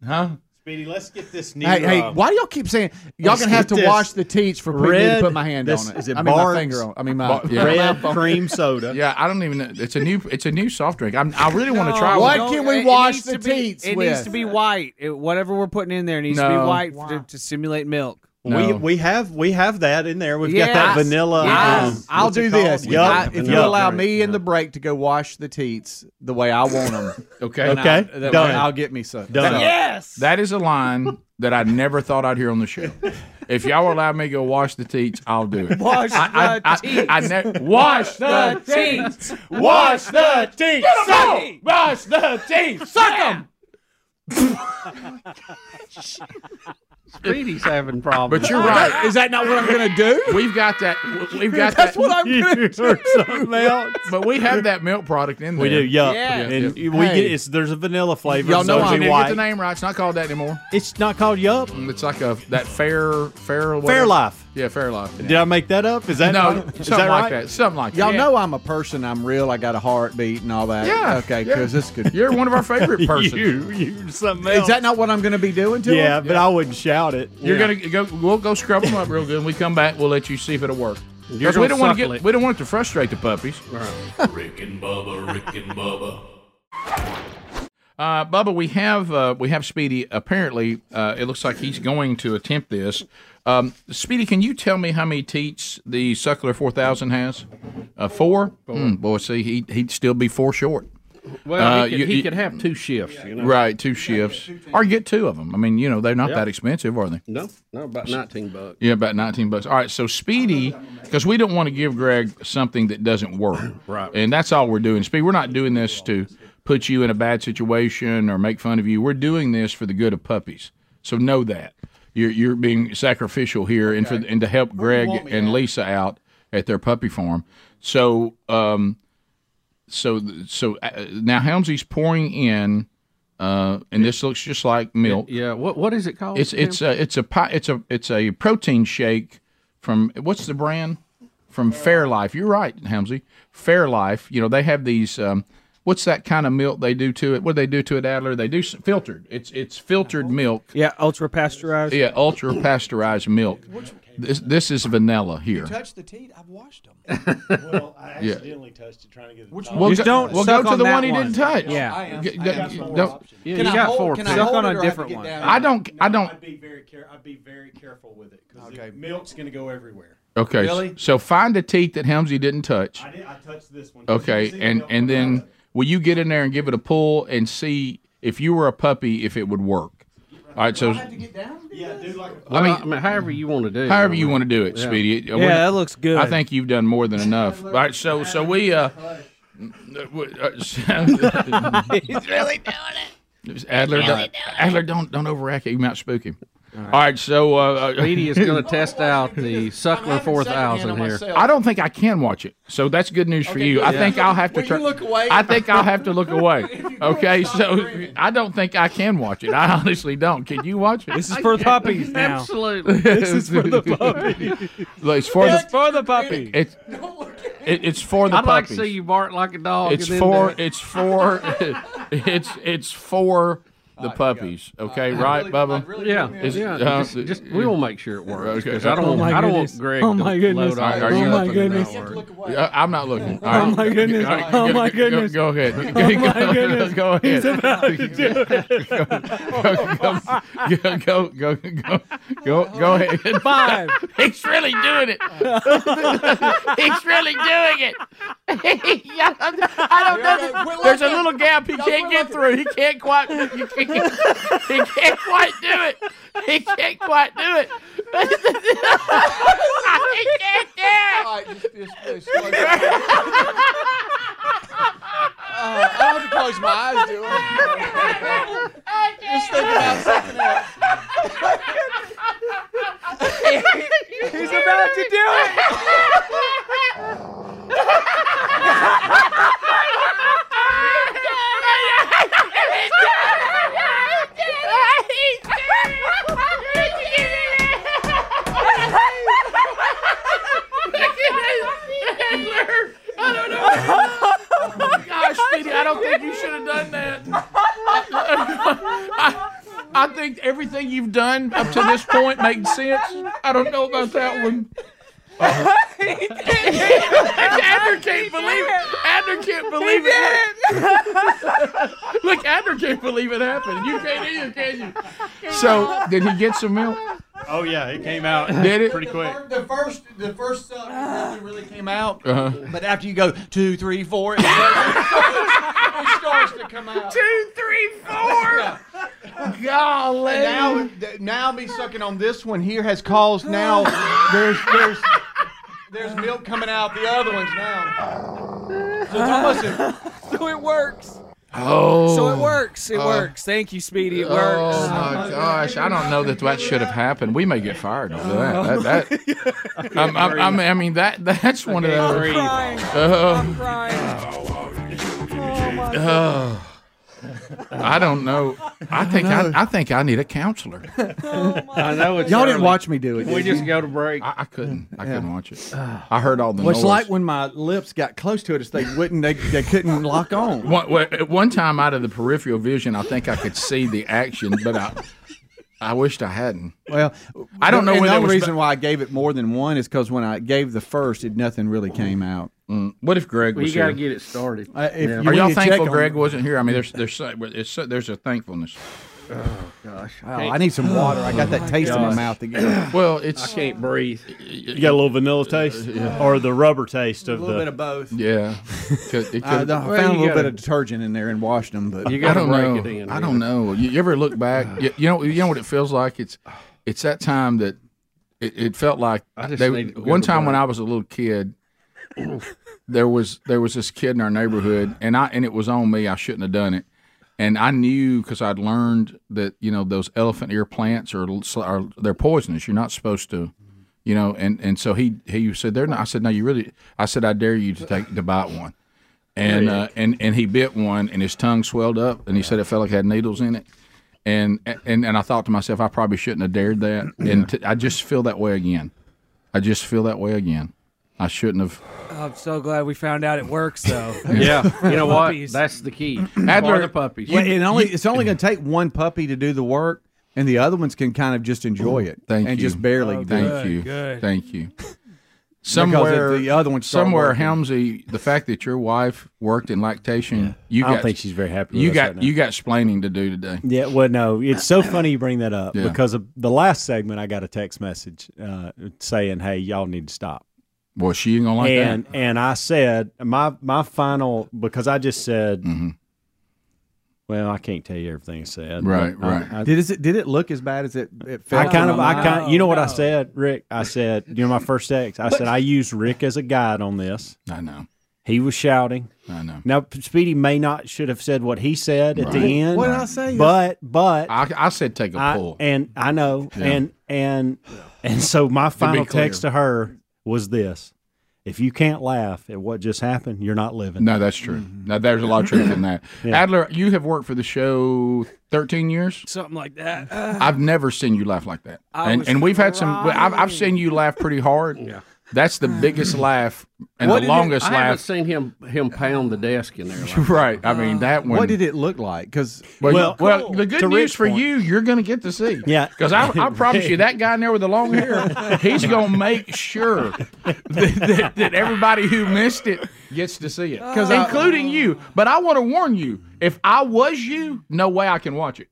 huh?
Speedy, let's get this new.
Hey,
uh,
hey, why do y'all keep saying y'all
let's
gonna have to
get this
wash the teats for putting me to
red-
put my hand
this-
on it?
is it
I mean, my
Barnes?
finger on. I mean, my.
Bar- yeah.
red cream
<laughs>
soda.
Yeah, I don't even. know. It's a new. It's a new soft drink. I'm, I really want to try
What
one.
can we
it
wash
needs
the
to be-
teats
It
with?
needs to be white. It- whatever we're putting in there needs to
No.
be white for- to, to simulate milk.
No.
We we have we have that in there. We've got that
Yes.
vanilla.
Yes.
um,
I'll
what's it
do
called?
this. If,
Yup.
I, if you
Yup.
allow me in the break to go wash the teats the way I want <laughs> them,
Okay.
Okay.
that
Done.
way I'll get me some.
Done.
Yeah. That is a line that I never thought I'd hear on the show. If y'all allow me to go wash the teats, I'll do
<laughs>
it.
Wash
I, I, I, I ne- wash the
teats.
wash the teeth. Suck Wash the teeth. Suck them.
Speedy's having problems.
But you're <laughs> right.
Is that not what I'm going to do?
We've got that. <laughs> We've got
That's
that.
what I'm going to do.
But we have that milk product in there.
We do. Yup.
Yeah.
And
Yeah.
we
Hey.
get it's there's a vanilla flavor.
Y'all
so
know
I
it'll
didn't
be
get the
white.
name right. It's not called that anymore. Mm,
It's not called Yup.
It's like a that fair fair whatever.
Fair Life.
Yeah, fair life.
Did I make that up? Is that
No,
right?
something
Is that
like
right?
that. Something like
Y'all
that.
know I'm a person. I'm real. I got a heartbeat and all that.
Yeah.
Okay.
yeah.
Because this could.
You're one of our
<laughs>
<laughs>
favorite persons.
You you something
Is
else.
that not what I'm going to be doing to 'em?
yeah, but I wouldn't shout it.
You're gonna go. We'll go scrub them up real good. When we come back, we'll let you see if it'll work.
You're
'Cause we
gonna
don't want to
suckle
get.
it.
We don't want it to frustrate the puppies.
Rick and Bubba, Rick and Bubba.
Uh, Bubba, we have uh, we have Speedy. Apparently, uh, it looks like he's going to attempt this. Um, Speedy, can you tell me how many teats the Suckler Four Thousand has? Uh, four. Hmm, boy, see, he he'd still be four short.
<laughs> Well,
Uh,
he, could,
you-
he
you-
could have two shifts. You know?
Right, two shifts, or get two of them. I mean, you know, they're not
Yeah.
that expensive, are they?
No, no, about nineteen bucks.
Yeah, about nineteen bucks. All right, so Speedy, because we don't want to give Greg something that doesn't work.
Right.
and that's all we're doing. Speedy, we're not doing this to put you in a bad situation or make fun of you. We're doing this for the good of puppies. So know that you're you're being sacrificial here, and for and to help Greg and Lisa out at their puppy farm. So, um, so th- so uh, now Helmsy's pouring in, uh, and this looks just like milk.
Yeah. What What is it called?
It's it's uh,
<laughs>
a it's a pi- it's a it's a protein shake from what's the brand from Fairlife. You're right, Hamzy. Fairlife. You know they have these. Um, what's that kind of milk they do to it? What do they do to it, Adler? They do s- filtered. It's it's filtered milk.
Yeah, ultra pasteurized.
Yeah, ultra pasteurized milk. This this is vanilla here.
touched the teat. I've washed them.
<laughs>
<laughs>
Well, I accidentally touched it trying to get. Which
We'll
Just
go-
don't
We'll go
suck
to
on
the
that
one he
one.
didn't touch.
Yeah.
I am.
G-
I
g-
got some more
don't-
options.
yeah,
Can
you
I
got
hold-
four.
Can
picks.
I
Suck
hold
on
it or
a
I have to
different
get
one.
down?
I don't I don't.
I'd be very care. I'd be very careful with it because
Okay.
the milk's gonna go everywhere.
Okay.
Really?
So find a teat that Helmsy didn't touch.
I did. I touched this one.
Okay,
You see the
and
milk
and
coming
then
out of it.
will you get in there and give it a pull and see if you were a puppy if it would work? All right, so
yeah, dude, like a
I
I mean,
mean-
however you want to do. it.
however
I
you
mean,
want to do it,
Yeah.
Speedy.
Yeah, that looks good.
I think you've done more than enough. All right, so so we uh, w- uh,
<laughs> He's really
Adler don't, Adler don't don't overact it. You might spook him. All right, so uh, uh,
Speedy is
<laughs>
going to test out the Suckler four thousand here.
I don't think I can watch it. So that's good news for you. I think I'll have to
Will you
turn-
look away?
I think I'll have to look away. okay, so I don't think I can watch it. I honestly don't. Can you watch it?
This is for puppies now.
Absolutely.
this is for <laughs> the puppy. it's for the
for the puppy.
it's it, it's for the
I'd like to
puppies.
see you bark like a dog.
It's
and then
<laughs> for
do it.
it's for it's it's for the puppies. Okay, right, Bubba.
Yeah,
It's-
yeah.
uh,
just, just we'll make sure it works
Okay.
because I don't.
Oh
want,
my
I don't
goodness.
want Greg.
Oh my
to
goodness.
Load all
Are you
this
up
up
in
in
that
that
work?
work.
Uh, I'm not
Oh
looking. All right.
my goodness.
All right,
Oh,
go-
my
go- go-
goodness.
Go, ahead. <laughs> go, go-
goodness.
Go ahead. go, <laughs> go, go, go, go, go, go ahead.
Five.
<laughs> He's really doing it. <laughs> He's really doing it. <laughs> I don't
Here I go.
know.
Quit
There's a
looking.
little gap he
Y'all
can't
quit
get
looking.
through. He can't quite. He can't, he can't quite do it. He can't quite do it. <laughs> he can't do it.
All right, just, just, just slow down. uh, I don't have to close my eyes, do
<laughs>
I? Just think about something else.
He's about to do it. <laughs>
Gosh, Speedy, I don't think you should have done that. I, I think everything you've done up to this point makes sense. I don't know about that one. Adler can't believe it. Adler can't believe it. Look, Adler can't believe it happened. You can't either, can you? So, did he get some milk?
Oh yeah, it came
<laughs>
out
Did it?
pretty quick.
The first, the first suck nothing really came out,
Uh-huh.
but after you go two, three, four, it <laughs> starts, it starts to come out.
Two, three, four. Golly.
Now, th- now me sucking on this one here has caused now there's there's there's milk coming out the other ones now. So it's almost a,
So it works.
oh.
So it works. It works. Thank you, Speedy. It works.
Oh my gosh! I don't know that that should have happened. We may get fired over that.
<laughs>
That, that I'm, I'm, I'm, I mean that that's one of
I'm
those.
crying.
Uh,
I'm crying.
uh,
Oh.
I don't know. I think I, I think I need a counselor.
Oh
I know it's
Y'all didn't
early.
watch me do it.
We just go to break.
I, I couldn't. I couldn't watch it. I heard all the
Well, it's
noise.
like when my lips got close to it, it's they wouldn't, they, they
<laughs>
couldn't lock on.
one, well, at one time out of the peripheral vision, I think I could see the action, but I I wished I hadn't.
Well,
I don't know
And
when
the
that
only
was-
reason why I gave it more than one is because when I gave the first, it nothing really came out.
Mm. What if Greg
Well,
was
you got to
here?
get it started.
Uh, if
Yeah.
you
Are y'all
need to check
thankful
on-
Greg wasn't here? I mean, there's there's so- it's, so- there's a thankfulness. Oh,
Oh gosh,
Oh, I need some water. I got that taste in Oh my
gosh.
<clears throat>
mouth again.
<laughs> Well, it's
I can't breathe.
You got a little
uh,
vanilla taste, or the rubber taste of
a little
the.
bit of both. <laughs>
yeah. Could- it
I,
could-
I
Well,
found
you
a little
gotta-
bit of detergent in there and washed them, but
You
I
got to
don't
break
know.
it in.
I
man.
don't know. You, you ever look back? You, you know. You know what it feels like. It's it's that time that it, it felt like
I just
they,
need to go
one
to
time when
bed.
I was a little kid. there was there was this kid in our neighborhood, and I and it was on me. I shouldn't have done it, and I knew because I'd learned that you know those elephant ear plants are, are they're poisonous. You're not supposed to, you know. And and so he he said they're not. I said no, you really. I said I dare you to take to bite one, and uh, and and he bit one, and his tongue swelled up, and he said it felt like it had needles in it. And, and and I thought to myself, I probably shouldn't have dared that, and t- I just feel that way again. I just feel that way again. I shouldn't have.
I'm so glad we found out it works
<laughs>
though.
Yeah, you know what?
Puppies.
That's
<clears throat>
the key.
Adler-
Adler, the puppies.
Well, it only it's only going to take one puppy to do the work, and the other ones can kind of just enjoy it
Thank
and
you.
just barely.
Oh,
do
Thank
it.
Good,
you.
good.
Thank you.
if
Somewhere
the other one start
somewhere
working.
Helmsy, the fact that your wife worked in lactation, you
I don't
got
think she's very happy. With
you
us
got
right now.
you got splaining to do today.
Yeah, well, no, it's so funny you bring that up
Yeah.
because of the last segment, I got a text message uh, saying, "Hey, y'all need to stop."
Boy, she ain't gonna like
and and I said my my final because I just said,
Mhm.
well, I can't tell you everything I said.
Right,
but I-
right.
I,
Did it did it look as bad as it? it
I
felt
kind
to
of,
my
I
mind?
kind, you know what I
No.
said, Rick? I said, you know, my first text. I said I used Rick as a guide on this.
that. I know,
He was shouting.
I know.
Now, Speedy may not should have said what he said at
Right.
the end.
What did I say?
But but
I, I said take a
I-
pull.
and I know,
Yeah.
and and and so my final text to her was this: If you can't laugh at what just happened, you're not living.
no, that's true.
Mm-hmm.
Now there's a lot of truth in
<laughs>
that. Adler, you have worked for the show 13 years.
Something like that.
<sighs> I've never seen you laugh like that.
I
and
was
and we've had some. well, I've, I've
crying.
seen you laugh pretty hard. Yeah. That's the biggest laugh and
What
the
did it-
longest
I haven't
laugh.
seen him him pound the desk
<laughs>
in there. Like
Right. I mean that one.
What did it look like? Because
Well, well,
Well,
well the good
To
news
Rick's
for
point.
you, you're going to get to see.
Yeah.
Because I, I promise you, that guy in there with the long
<laughs>
hair, he's going to make sure that, that, that everybody who missed it gets to see it,
Uh,
including you. But I want to warn you, if I was you, no way I can watch it.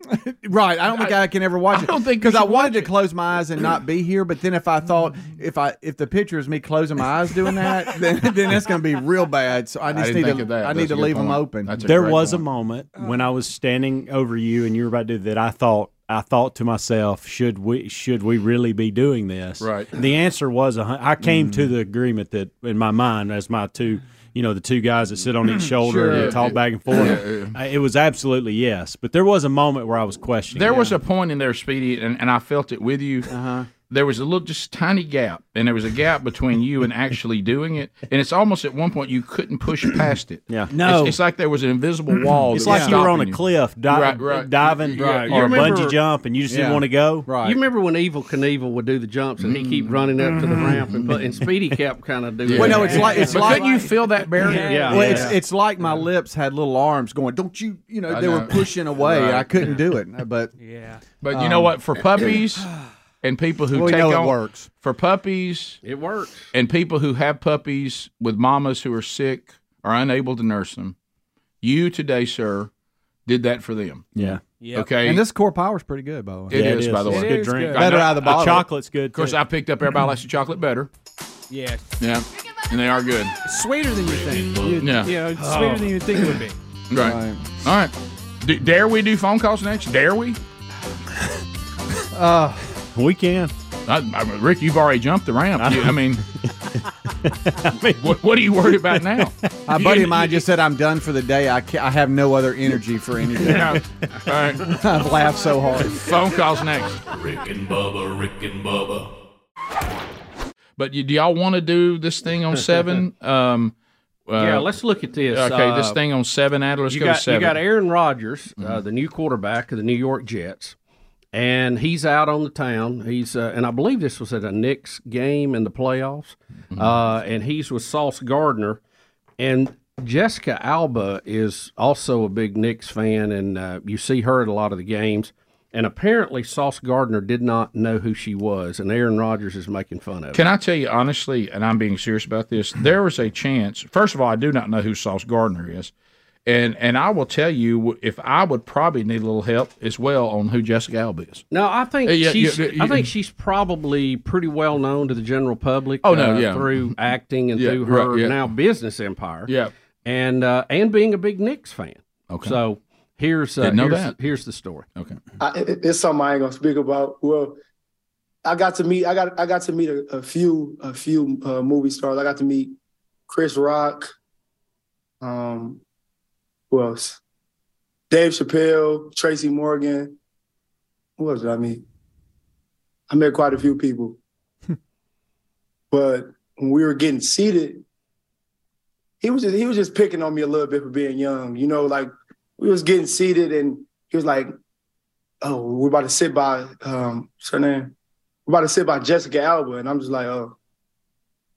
right, I don't think I, can ever watch
I
it.
don't think you
because I
should
wanted
watch
to
it.
close my eyes and not be here. But then if I thought if I if the picture is me closing my eyes doing that, <laughs> then then that's going to be real bad. So I just
didn't
need
think
to
of that.
I
That's
need
a
to
good
leave them
point.
open.
That's a
there
great
was a
point.
moment when I was standing over you and you were about to do that. I thought, I thought to myself, should we, should we really be doing this?
Right.
The answer was, a hun- I came
Mm.
to the agreement that in my mind, as my two, you know, the two guys that sit on
<clears throat>
each shoulder
Sure.
and talk back and forth, I- it was absolutely yes. But there was a moment where I was questioning.
There
it.
was a point in there, Speedy, and, and I felt it with you. Uh-huh. There was a little, just tiny gap, and there was a gap between you and actually doing it. And it's almost at one point you couldn't push past it.
Yeah.
It's, it's like there was an invisible wall.
It's
that was
like you were on a
stopping
cliff di- uh,
Right, right.
diving
Yeah, you
or a
remember-
bungee jump and you just
Yeah.
didn't want to go. Mm.
right.
You remember when Evil Knievel would do the jumps and he keep running up to the ramp and
<laughs>
put, and Speedy kept kind of doing.
Yeah.
Well, no, it's like it's
But
like
couldn't you feel that barrier?
Yeah.
Well,
Yeah.
it's it's like my lips had little arms going. Don't you? You know,
I
they
know.
were pushing away.
Right.
I couldn't
<laughs>
do it. But
Yeah.
But
Um,
you know what? For <sighs> puppies and people who
Well, we
take
know it
on
works.
for puppies
It works.
and people who have puppies with mamas who are sick or unable to nurse them, you today, sir, did that for them.
Yeah.
Yeah.
Okay.
and this core power's pretty good, by the way.
It
Yeah,
is, by the
It's
way.
a
It
good
is
drink.
good.
I know-
Better out of the
uh,
bottle.
Chocolate's good.
Of course, I picked up everybody likes the chocolate better.
Yeah.
Yeah, and they are good.
Sweeter than you think. You,
Yeah.
You know, sweeter than you think it would be.
Right. All right. D- dare we do phone calls next? Dare we?
Uh,
we can.
I, I, Rick, you've already jumped the ramp. You-
<laughs>
I mean,
mean-
what, what are you worried about
<laughs>
now?
<laughs> My buddy of mine just said, "I'm done for the day. I ca I have no other energy for anything.
Yeah. All
<laughs>
right.
I've laughed so hard."
Phone calls next.
Rick and Bubba, Rick and Bubba.
But you, do y'all want to do this thing
<laughs>
on seven? Um, uh,
yeah, let's look at this.
Okay, this
Uh,
thing on seven, Adler. Let's
you
go
got
to seven.
you
Mm-hmm.
got Aaron Rodgers, uh, the new quarterback of the New York Jets, and he's out on the town. He's uh, and I believe this was at a Knicks game in the playoffs,
Mm-hmm.
uh, and he's with Sauce Gardner, and Jessica Alba is also a big Knicks fan, and uh, you see her at a lot of the games. And apparently, Sauce Gardner did not know who she was, and Aaron Rodgers is making fun of it.
Can I tell you honestly, and I'm being serious about this, there was a chance. First of all, I do not know who Sauce Gardner is. And and I will tell you if I would probably need a little help as well on who Jessica Alba is.
No, I think
Uh, yeah,
she's.
yeah, yeah,
I think she's probably pretty well known to the general public.
Oh, no,
uh,
yeah.
through acting and
Yeah,
through her
right, yeah.
now business empire.
Yeah.
and uh, and being a big Knicks fan.
Okay.
so here's uh,
Didn't know
here's,
that.
here's the story.
Okay,
I, it- it's something I ain't gonna speak about. Well, I got to meet I got I got to meet a, a few a few uh, movie stars. I got to meet Chris Rock, um, who else? Dave Chappelle, Tracy Morgan. Who else did I meet? I met quite a few people. but when we were getting seated, he was just he was just picking on me a little bit for being young. You know, like we was getting seated and he was like, oh, we're about to sit by um what's her name? We're about to sit by Jessica Alba. And I'm just like, oh,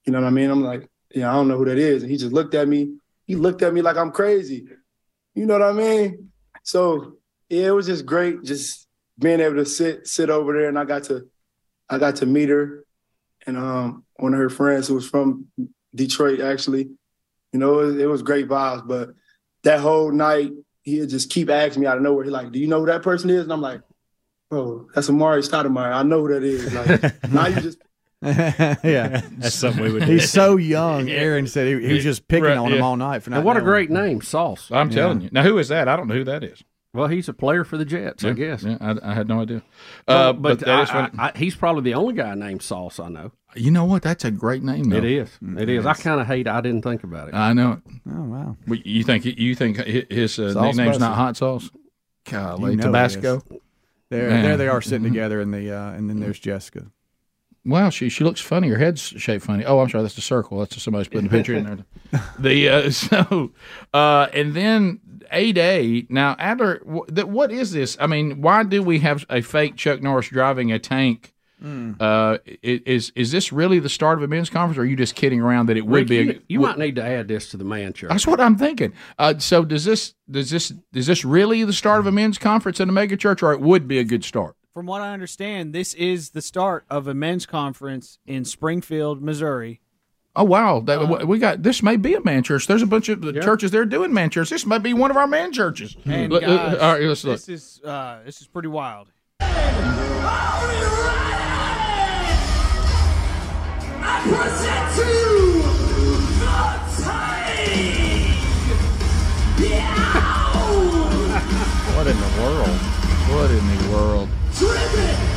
you know what I mean? I'm like, yeah, I don't know who that is. And he just looked at me. He looked at me like I'm crazy. You know what I mean? So yeah, it was just great just being able to sit sit over there and I got to I got to meet her and um one of her friends who was from Detroit actually. You know, it was, it was great vibes, but that whole night he'd just keep asking me out of nowhere. He's like, "Do you know who that person is?" And I'm like, "Bro, that's Amari Stoudemire. I know who that is." Like, now you just
<laughs> yeah,
That's something we would do.
He's so young. Aaron said he, he was just picking
Right,
on him
yeah.
all night for not.
And what a
knowing.
great name, Sauce.
I'm telling you. Now, who is that? I don't know who that is.
Well, he's a player for the Jets, I
Yeah,
guess.
yeah, I, I had no idea.
Uh,
Uh,
but
but, that is
I-
funny.
I- I- he's probably the only guy named Sauce I know.
you know what? That's a great name. Mm-hmm. Though.
It is. It is. I kind of hate. I didn't think about it.
I know it.
Oh wow.
But you think you think hi- his uh,
Sauce
nickname's
Buster.
not hot sauce? Golly,
You know it
Tabasco.
There,
Man.
there they are sitting together, and the uh, and then there's Jessica.
Wow, she she looks funny. Her head's shaped funny. Oh, I'm sorry, that's the circle. That's just somebody's putting a picture in there. The uh, <laughs> so uh, and then eight A. Now Adler, wh- that what is this? I mean, why do we have a fake Chuck Norris driving a tank? Uh, i- is is this really the start of a men's conference? Or are you just kidding around that it
Rick,
would be?
you,
a,
you might need to add this to the man church.
That's what I'm thinking. Uh, so does this does this is this really the start of a men's conference in a mega church, or it would be a good start?
From what I understand, this is the start of a men's conference in Springfield, Missouri.
Oh wow, that,
Uh-huh.
we got this. May be a man church. There's a bunch of the churches there doing man churches. This might be one of our man churches.
Mm.
And
Look, uh,
guys,
all right, let's look.
this is uh, this is pretty wild.
What in the world? What in the world?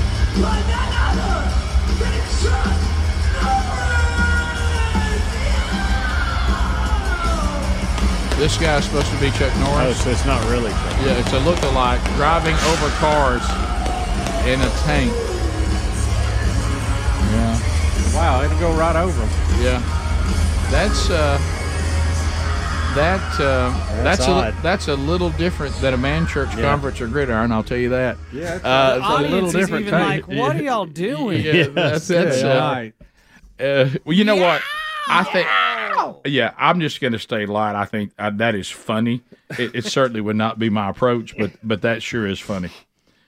This guy's supposed to be Chuck
Oh,
Norris.
so it's not really. Chuck.
Yeah, it's a look-alike driving over cars in a tank. Yeah.
wow, it'll go right over him.
Yeah, that's uh, that uh, that's, a
odd.
that's a little different than a man church conference or gridiron. I'll tell you that. Yeah, uh, it's
Audience
a little
is
different.
even
thing.
like, what are y'all doing?
Yeah, that's, that's uh, uh, well, you know what? I think. Yeah, I'm just going to stay light. I think uh that is funny. It, it certainly would not be my approach, but but that sure is funny.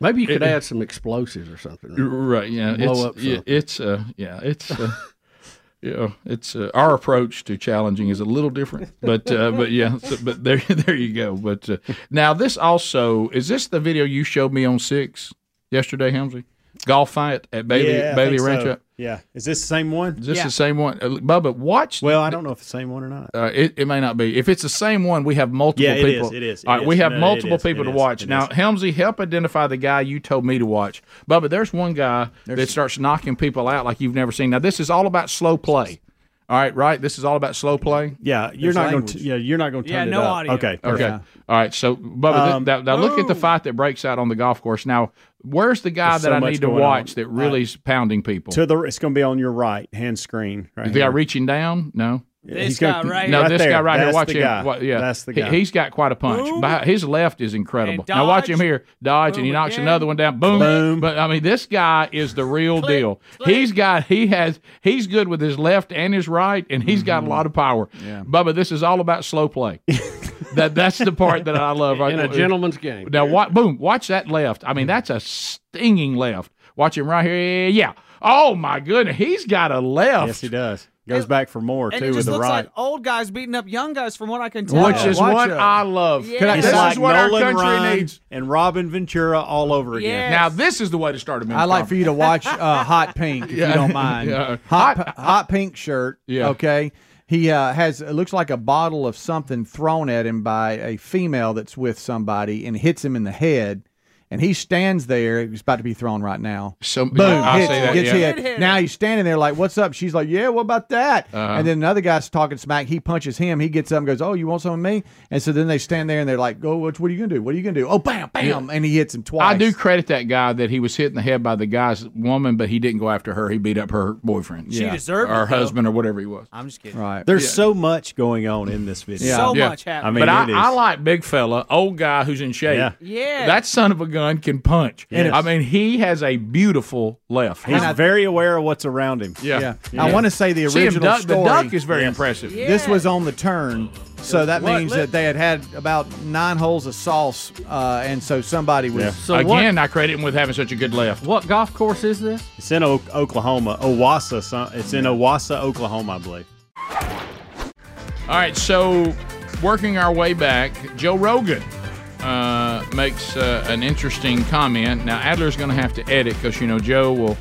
Maybe you could add some explosives or something. right?
Right? Yeah.
Blow
it's,
up
yeah,
something.
it's uh, yeah, it's uh, <laughs> you know, it's uh, our approach to challenging is a little different, but uh, but yeah, <laughs> so, but there there you go. But uh, now this also is this the video you showed me on six yesterday, Helmsley? Golf fight at Bailey
yeah, I
Bailey
think so.
Rancho.
Yeah, is this the same one?
Is this the same one, uh, Bubba? Watch
Well, I don't know if it's the same one or not.
uh, it, it may not be. If it's the same one, we have multiple
Yeah, it is,
people.
it is, it
All right, we
is.
have
No, it
multiple
is,
people
it
to
is,
watch.
it
Now,
is.
Helmsy, help identify the guy you told me to watch. Bubba, there's one guy that starts knocking people out like you've never seen. Now, this is all about slow play. All right, right? This is all about slow play.
Yeah, you're
There's
not going.
language.
to Yeah, you're not going to
Yeah,
turn
no
it up.
audio.
Okay,
Okay.
perfect.
All right. So, Bubba, th-
Um,
that, now look at the fight that breaks out on the golf course. Now, where's the guy
There's
that
so
I
much
need to
going
watch
on.
that really is pounding people?
To the it's going to be on your right hand screen. Right.
the guy
here.
reaching down? No.
This guy right
no,
here.
this
Right
guy
there.
right here.
That's
Watch
the
him.
guy.
Wa- yeah,
That's the guy.
He, has got quite a punch.
Boom.
Behi- His left is incredible.
And
now watch him here. Dodge, and he knocks another one down. Boom.
Boom.
But I mean, this guy is the real deal. He's got. He has. He's good with his left and his right, and he's
Mm-hmm.
got a lot of power. Bubba, this is all about
<laughs>
slow play. that that's the part that I love.
In a gentleman's game.
Now, wa- boom, watch that left. I
Mm-hmm.
mean, that's a stinging left. Watch him right here. Yeah. Oh my goodness, he's got a left.
Yes, he does. Goes back for more
And
too
it
with
just
the
looks
right.
like old guys beating up young guys, from what I can tell.
Which is Watch what out. I love.
Yeah.
Can I-
It's
This is
like
what our
Nolan
country
Ryan
needs.
and Robin Ventura all over
Yes.
again.
Now, this is the way to start a
I like for you
<laughs>
to watch uh, Hot Pink if
Yeah.
you don't mind.
Yeah.
Hot, hot Pink shirt.
Yeah.
Okay. He uh, has it looks like a bottle of something thrown at him by a female that's with somebody and hits him in the head. And he stands there. He's about to be thrown right now.
So
boom,
yeah, I
hits,
see that,
gets
yeah.
hit. Now he's standing there like, "What's up?" She's like, "Yeah, what about that?"
Uh-huh.
And then another guy's talking smack. He punches him. He gets up and goes, "Oh, you want some of me?" And so then they stand there and they're like, "Go, what, what are you gonna do? What are you gonna do?" Oh, bam, bam, and he hits him twice.
I do credit that guy that he was hit in the head by the guy's woman, but he didn't go after her. He beat up her boyfriend.
She deserved
Or
it, though.
husband or whatever he was.
I'm just kidding.
Right.
There's
Yeah.
so much going on in this video. I mean,
but I,
it is.
I like big fella, old guy who's in shape.
Yeah.
Yeah.
That son of a gun can punch.
Yes.
I mean, he has a beautiful left.
He's very aware of what's around him.
Yeah.
I want to say the
See him
original
duck- the
story.
duck is very Yes. impressive.
This was on the turn, so that
What?
means that they had had about nine holes of sauce, uh, and so somebody was.
Yeah. Again, I credit him with having such a good left.
What golf course is this?
It's in o- Oklahoma, Owasa. some- It's in Owasa, Oklahoma, I believe.
All right, so working our way back, Joe Rogan uh, makes uh, an interesting comment. Now Adler's going to have to edit because you know Joe will.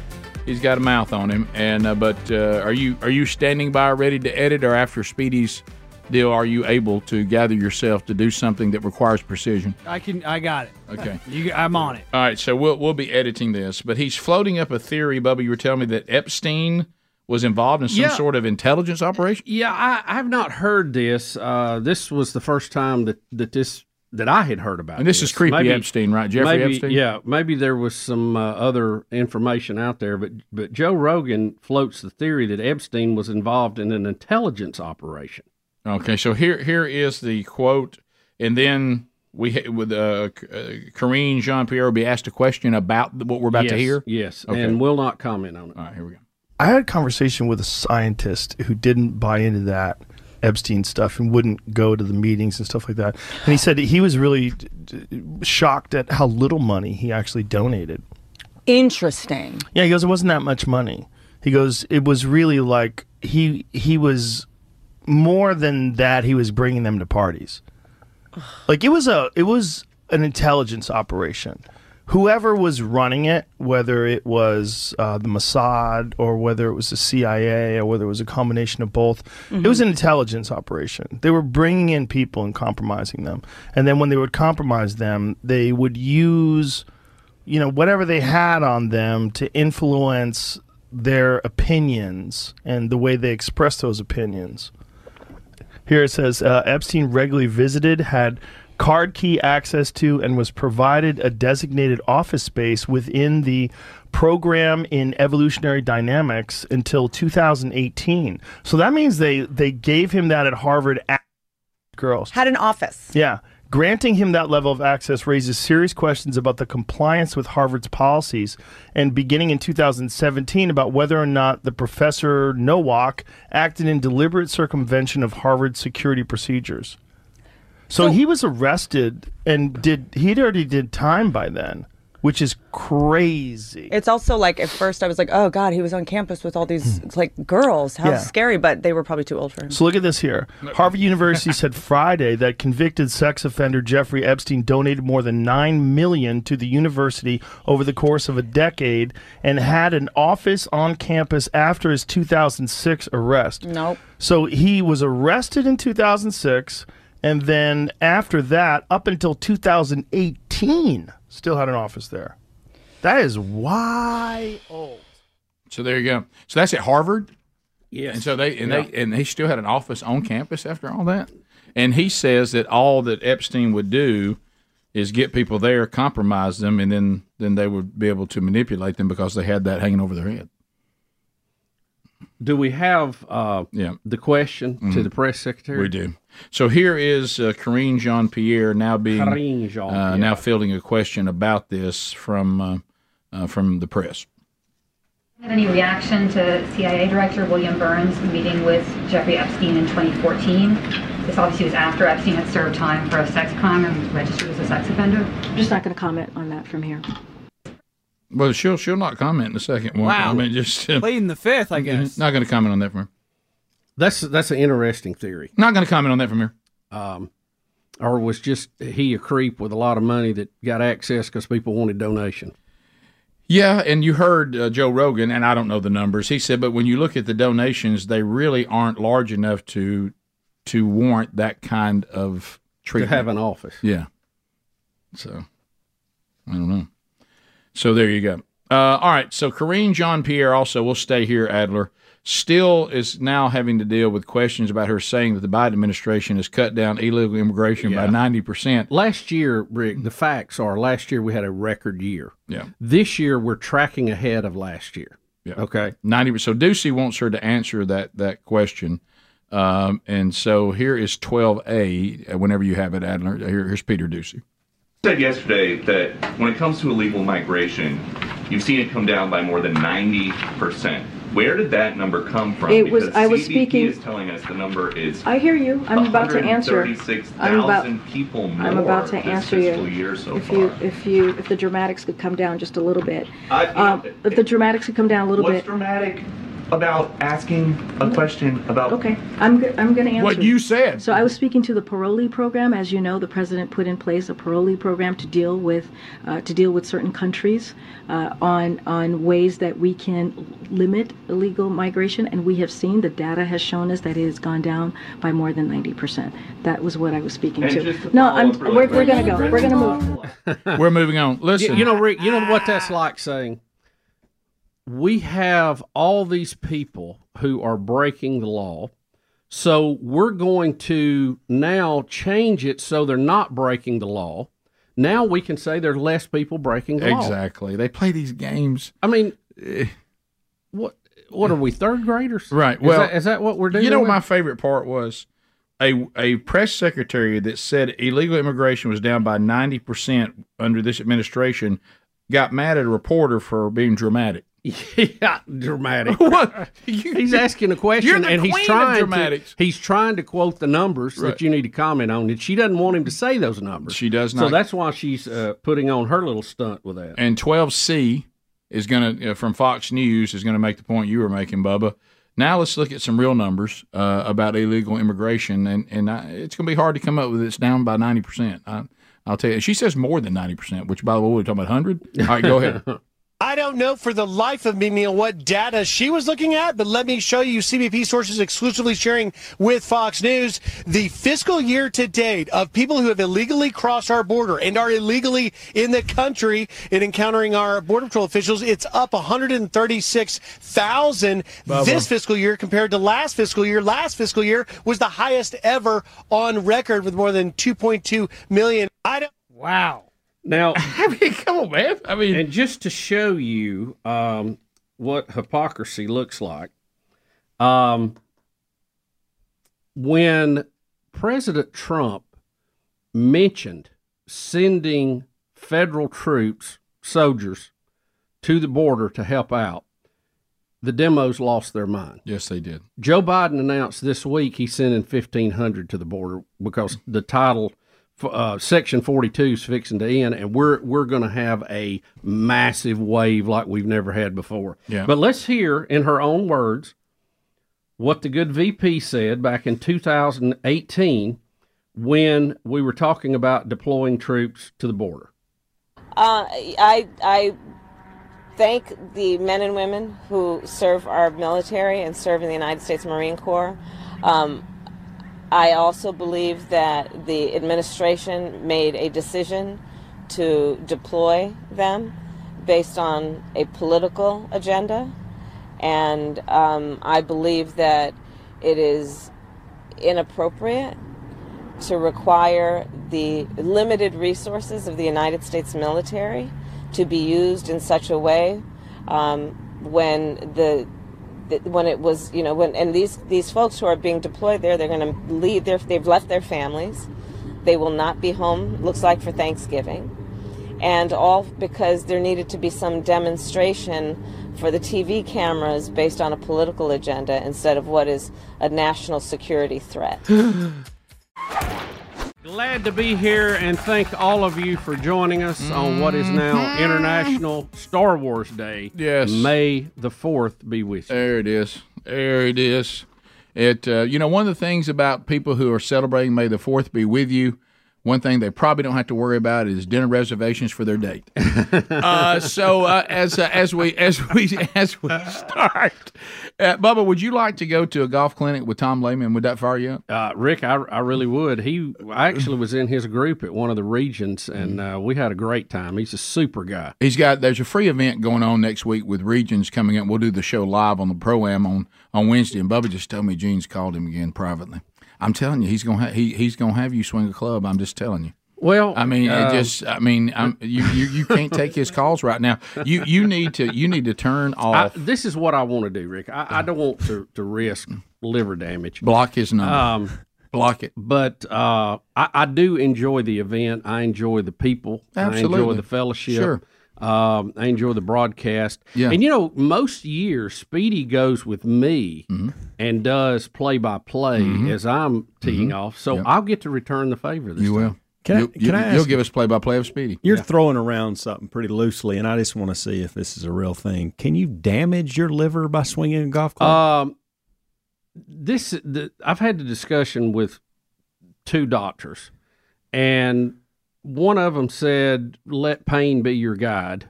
He's got a mouth on him, and uh, but uh, are you are you standing by ready to edit, or after Speedy's deal, are you able to gather yourself to do something that requires precision?
I can. I got it.
Okay.
You, I'm on it.
All right, so we'll we'll be editing this, but he's floating up a theory, Bubba. You were telling me that Epstein was involved in some
Yeah.
sort of intelligence operation.
Yeah, I, I've not heard this. Uh, this was the first time that, that this that I had heard about.
And this is creepy
Maybe-
Epstein, right? Jeffrey
maybe-
Epstein?
Yeah, maybe there was some uh, other information out there, but but Joe Rogan floats the theory that Epstein was involved in an intelligence operation.
Okay, so here here is the quote, and then we ha- with uh, K- uh, Karine Jean Pierre will be asked a question about the, what we're about to
Yes,
hear.
Yes, and we'll not comment on it. All
right, here we go.
I had a conversation with a scientist who didn't buy into that Epstein stuff and wouldn't go to the meetings and stuff like that. And he said that he was really d- d- shocked at how little money he actually donated.
Interesting.
Yeah, he goes, it wasn't that much money. He goes, it was really like he he was more than that. He was bringing them to parties. Like it was a it was an intelligence operation. Whoever was running it, whether it was uh, the Mossad or whether it was the CIA or whether it was a combination of both, it was an intelligence operation. They were bringing in people and compromising them, and then when they would compromise them, they would use you know whatever they had on them to influence their opinions and the way they express those opinions. Here it says uh, Epstein regularly visited, had card key access to, and was provided a designated office space within the program in evolutionary dynamics until 2018. So that means they they gave him that at Harvard. a- girls
had an office.
Yeah. Granting him that level of access raises serious questions about the compliance with Harvard's policies, and beginning in 2017, about whether or not the professor Nowak acted in deliberate circumvention of Harvard security procedures. So, he was arrested and did he'd already did time by then, which is crazy.
It's also like at first I was like, oh God, he was on campus with all these like girls. How
Yeah.
scary! But they were probably too old for him.
So look at this here. Harvard University said Friday that convicted sex offender Jeffrey Epstein donated more than 9 million to the university over the course of a decade and had an office on campus after his 2006 arrest.
Nope.
So he was arrested in 2006 and then after that up until 2018 still had an office there. That is why old.
So there you go. So that's at Harvard.
Yes.
And so they and they and he still had an office on campus after all that. And he says that all that Epstein would do is get people there, compromise them, and then then they would be able to manipulate them because they had that hanging over their head.
do we have uh, the question to
Mhm.
the press secretary?
We do. So here is uh, Karine Jean Pierre now being
Karine Jean-Pierre.
uh, now fielding a question about this from uh, uh, from the press.
Have any reaction to CIA Director William Burns meeting with Jeffrey Epstein in 2014? This obviously was after Epstein had served time for a sex crime and was registered as a sex offender. I'm just not going to comment on that from here.
Well, she'll she'll not comment in the second one.
Wow.
I mean, just uh,
pleading the fifth, I
guess. Not going to comment on that from her.
That's that's an interesting theory.
Not going to comment on that from here.
Um, or was just he a creep with a lot of money that got access because people wanted donation?
Yeah, and you heard uh, Joe Rogan, and I don't know the numbers. He said, but when you look at the donations, they really aren't large enough to to warrant that kind of treatment.
have an office.
Yeah. So, I don't know. So there you go. Uh, all right. So Karine Jean Pierre also will stay here. Adler still is now having to deal with questions about her saying that the Biden administration has cut down illegal immigration by ninety percent.
Last year, Rick, the facts are last year we had a record year.
Yeah.
This year we're tracking ahead of last year.
Yeah. Okay. Ninety. So Ducey wants her to answer that that question, um, and so here is twelve A. uh, Whenever you have it, Adler. Here, here's Peter Ducey.
said yesterday that when it comes to illegal migration, you've seen it come down by more than 90%. Where did that number come from?
It was-
Because
I was
CBP
speaking-
is telling us the number is
I hear you. I'm about to answer. I'm about.
136,000 people more
I'm about to
this
answer you.
fiscal year so
if
far.
you, if you, if the dramatics could come down just a little bit.
I-
Um, if the dramatics could come down a little
What's
bit.
dramatic about asking a question about
Okay, I'm, go- I'm going to answer.
What you said.
So I was speaking to the parolee program. As you know, the president put in place a parolee program to deal with, uh, to deal with certain countries uh, on on ways that we can limit illegal migration. And we have seen the data has shown us that it has gone down by more than ninety percent. That was what I was speaking
And
to.
just to
no,
follow
I'm.
up really
We're, we're
quick.
going to go. We're going to
<laughs>
move.
We're moving on. Listen,
you, you know, Rick, you know what that's like saying we have all these people who are breaking the law. So we're going to now change it so they're not breaking the law. Now we can say there are less people breaking the law.
Exactly. They play these games. Eh.
I mean, what what are we third graders?
Right.
Is
Well,
that- is that what we're doing?
You know, what my favorite part was a a press secretary that said illegal immigration was down by ninety percent under this administration got mad at a reporter for being <laughs> dramatic.
yeah, dramatic.
<laughs> what?
he's
<laughs>
asking a question,
You're the
and
queen
he's
of
trying
dramatics.
to he's trying to quote the numbers
Right.
that you need to comment on. And she doesn't want him to say those numbers.
She does
So
not.
that's why she's uh, putting on her little stunt with that.
And 12C is going to, uh, from Fox News, is going to make the point you were making, Bubba. Now let's look at some real numbers uh, about illegal immigration, and and I, it's going to be hard to come up with. It's down by ninety percent. I'll tell you. She says more than ninety percent, which by the way, we're talking about hundred. All right, go ahead.
<laughs>
I don't know for the life of me, Neil, what data she was looking at, but let me show you CBP sources exclusively sharing with Fox News the fiscal year to date of people who have illegally crossed our border and are illegally in the country and encountering our Border Patrol officials. It's up 136,000
Bubba.
this fiscal year compared to last fiscal year. Last fiscal year was the highest ever on record with more than 2.2 million. I don't.
Wow. Now,
<laughs>
I mean, come on, man. I mean, and just to show you um, what hypocrisy looks like, um, when President Trump mentioned sending federal troops, soldiers, to the border to help out, the demos lost their mind.
Yes, they did.
Joe Biden announced this week he's sending 1,500 to the border because the title, f- uh, Section 42 is fixing to end, and we're we're going to have a massive wave like we've never had before.
Yeah.
But let's hear in her own words what the good VP said back in 2018 when we were talking about deploying troops to the border.
Uh, I I thank the men and women who serve our military and serve in the United States Marine Corps. Um, I also believe that the administration made a decision to deploy them based on a political agenda, and um, I believe that it is inappropriate to require the limited resources of the United States military to be used in such a way um, when the th- when it was you know when and these these folks who are being deployed there they're going to leave their they've left their families they will not be home looks like for thanksgiving and all because there needed to be some demonstration for the tv cameras based on a political agenda instead of what is a national security threat
Glad to be here and thank all of you for joining us on what is now International Star Wars Day.
Yes.
May the fourth be with you.
There it is. There it is. It uh, you know one of the things about people who are celebrating May the Fourth be with you. One thing they probably don't have to worry about is dinner reservations for their date. uh, so uh, as uh, as we as we as we start, uh, Bubba, would you like to go to a golf clinic with Tom Lehman? Would that fire you up?
Uh, Rick, I, I really would. He I actually was in his group at one of the regions, and uh, we had a great time. He's a super guy.
He's got there's a free event going on next week with Regions coming up. We'll do the show live on the pro am on on Wednesday. And Bubba just told me Gene's called him again privately. I'm telling you, he's gonna ha- he he's gonna have you swing a club. I'm just telling you.
Well,
I mean,
uh,
it just I mean, I'm, you, you you can't take his calls right now. You you need to you need to turn
<laughs> I,
off
this is what I want to do, Rick. I, I don't want to, to risk liver damage.
block his number.
Um,
block it.
But uh, I, I do enjoy the event. I enjoy the people. I enjoy
Absolutely.
the fellowship.
Sure.
Um, I enjoy the broadcast.
Yeah.
And you know, most years Speedy goes with me
Mm-hmm.
and does play by play
Mhm.
as I'm teeing off. So I'll get to return the favor this
Mm-hmm. you
time.
will.
Can I-
you, you,
can I ask-
you'll give us play by play of Speedy.
You're throwing around something pretty loosely, and I just want to see if this is a real thing. Can you damage your liver by swinging a golf club?
Um, this the, I've had the discussion with two doctors, and one of them said, "Let pain be your guide,"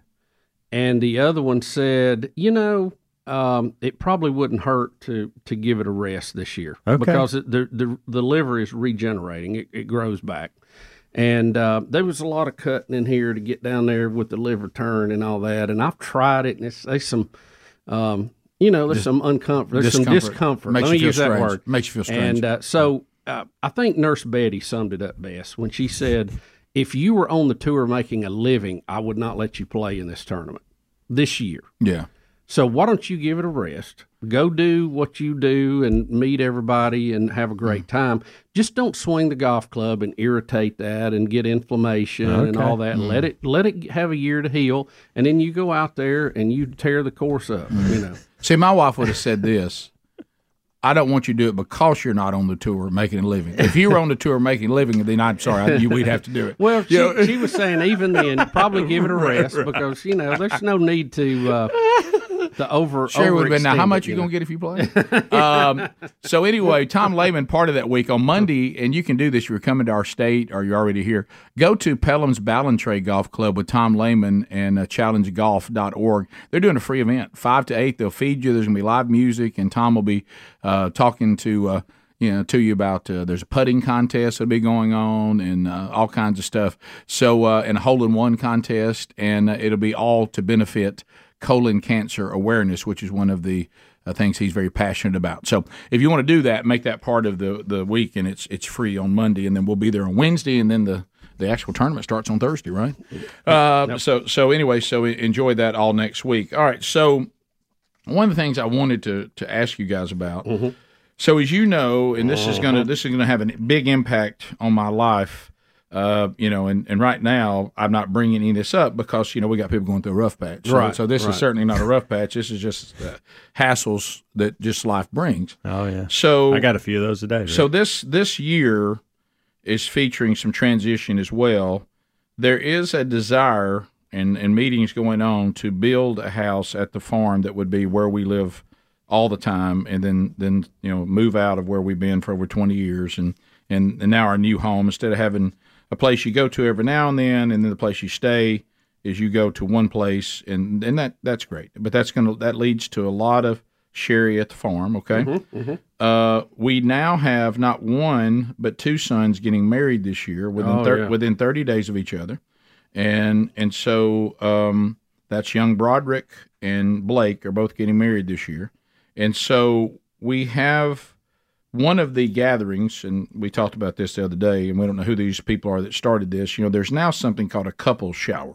and the other one said, "You know, um, it probably wouldn't hurt to to give it a rest this year
Okay.
because it, the the the liver is regenerating; it, it grows back." And uh, there was a lot of cutting in here to get down there with the liver turn and all that. And I've tried it, and it's, there's some, um, you know, there's some uncomfort, there's
Discomfort.
some discomfort. Let
Makes you
me
feel
use that
strange.
word.
Makes you feel strange.
And uh, so uh, I think Nurse Betty summed it up best when she said, "If you were on the tour making a living, I would not let you play in this tournament this year."
Yeah.
So why don't you give it a rest? Go do what you do and meet everybody and have a
Mm.
great time. Just don't swing the golf club and irritate that and get inflammation and
Okay.
all that.
Mm.
Let it let it have a year to heal, and then you go out there and you tear the course up.
Mm.
You know.
See, my wife would have said this. I don't want you to do it because you're not on the tour making a living. If you were on the tour making a living, then I'm sorry, I, you, we'd have to do it.
Well, she,
You know?
she was saying even then, probably give it a
<laughs> Right,
rest
right.
because you know there's no need to uh, to over.
Sure would have been. Now, how
overextend
much
it,
you
know.
gonna get if you play? um, so anyway, Tom Lehman, part of that week on Monday, and you can do this. If you're coming to our state, or you're already here. Go to Pelham's Ballantrae Golf Club with Tom Lehman and uh, ChallengeGolf.org. They're doing a free event, five to eight. They'll feed you. There's gonna be live music, and Tom will be uh, talking to. Uh, you know, to you about uh, there's a putting contest that'll be going on and uh, all kinds of stuff. So, uh, and a hole in one contest, and uh, it'll be all to benefit colon cancer awareness, which is one of the uh, things he's very passionate about. So if you want to do that, make that part of the, the week, and it's it's free on Monday, and then we'll be there on Wednesday, and then the the actual tournament starts on Thursday, right? Uh, So so anyway, so enjoy that all next week. All right, so one of the things I wanted to to ask you guys about.
Mm-hmm.
So as you know, and this is gonna
Mhm.
this is gonna have a big impact on my life. Uh, you know, and, and right now I'm not bringing any of this up because you know we got people going through a rough patch. So,
Right,
so this
right.
is certainly not a rough patch. This is just <laughs> uh, hassles that just life brings.
Oh yeah.
So
I got a few of those today.
So this this year is featuring some transition as well. There is a desire and and meetings going on to build a house at the farm that would be where we live all the time, and then then you know move out of where we've been for over twenty years, and and, and now our new home instead of having a place you go to every now and then, and then the place you stay is you go to one place, and and that that's great, but that's gonna that leads to a lot of sherry at the farm. Okay.
Mm-hmm.
Mm-hmm.
Uh, we now have not one but two sons getting married this year within
Oh,
thir-
yeah.
within thirty days of each other, and and so um, that's young Broderick and Blake are both getting married this year, and so we have one of the gatherings, and we talked about this the other day, and we don't know who these people are that started
Mm.
Mm-hmm.
this. You know, there's now something called a couple shower.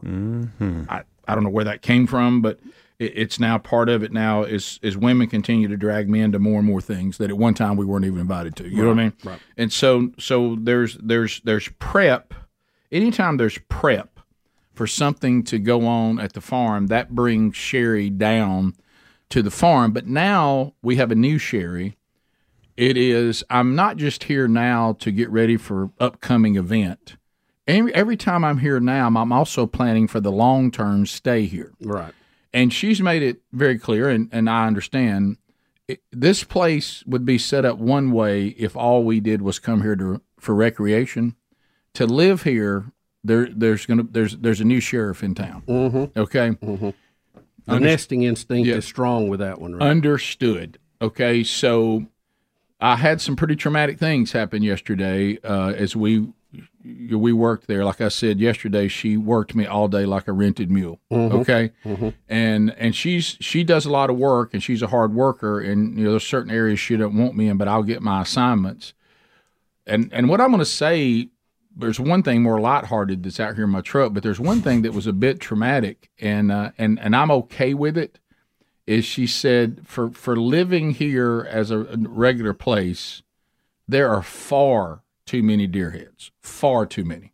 I, I don't know where that came from, but it, it's now part of it now is is women continue to drag men to more and more things that at one time we weren't even invited to. You know what I mean?
Right.
And so so there's there's there's prep. Anytime there's prep for something to go on at the farm, that brings Sherry down to the farm. But now we have a new Sherry. It is I'm not just here now to get ready for upcoming event. Every, every time I'm here now, I'm- I'm also planning for the long term stay here.
Right.
And she's made it very clear, and, and I understand it, this place would be set up one way if all we did was come here to, for recreation. To live here, there there's gonna there's there's a new sheriff in town.
Mm-hmm.
Okay,
the nesting instinct is strong with that one. Right?
Understood. Okay, so I had some pretty traumatic things happen yesterday uh, as we we worked there. Like I said yesterday, she worked me all day like a rented mule.
Mm-hmm.
Mhm.
Okay,
Mhm.
and and she's she does a lot of work and she's a hard worker and you know there's certain areas she don't want me in, but I'll get my assignments. And and what I'm going to say, there's one thing more lighthearted that's out here in my truck, but there's one thing that was a bit traumatic, and uh, and and I'm okay with it. Is she said for for living here as a, a regular place, there are far too many deer heads, far too many.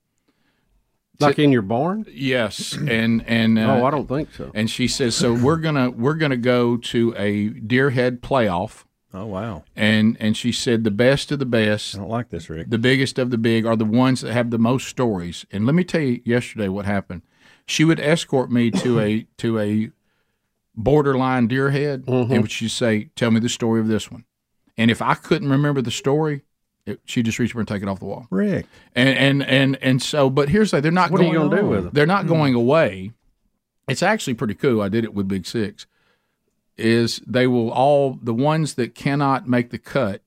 Like in your barn?
Yes, and and uh,
Oh, I don't think so.
And she says, so we're gonna we're gonna go to a deer head playoff.
Oh wow!
And and she said the best of the best. I
don't like this, Rick.
The biggest of the big are the ones that have the most stories. And let me tell you, yesterday what happened. She would escort me to a <coughs> to a borderline deer head,
Mm-hmm.
and she'd say, "Tell me the story of this one." And if I couldn't remember the story, it, she just reach over and take it off the wall.
Rick.
And and and and so, but here's the thing: they're not.
What are
going,
you gonna do with them?
They're not
Hmm.
going away. It's actually pretty cool. I did it with Big Six. Is they will all the ones that cannot make the cut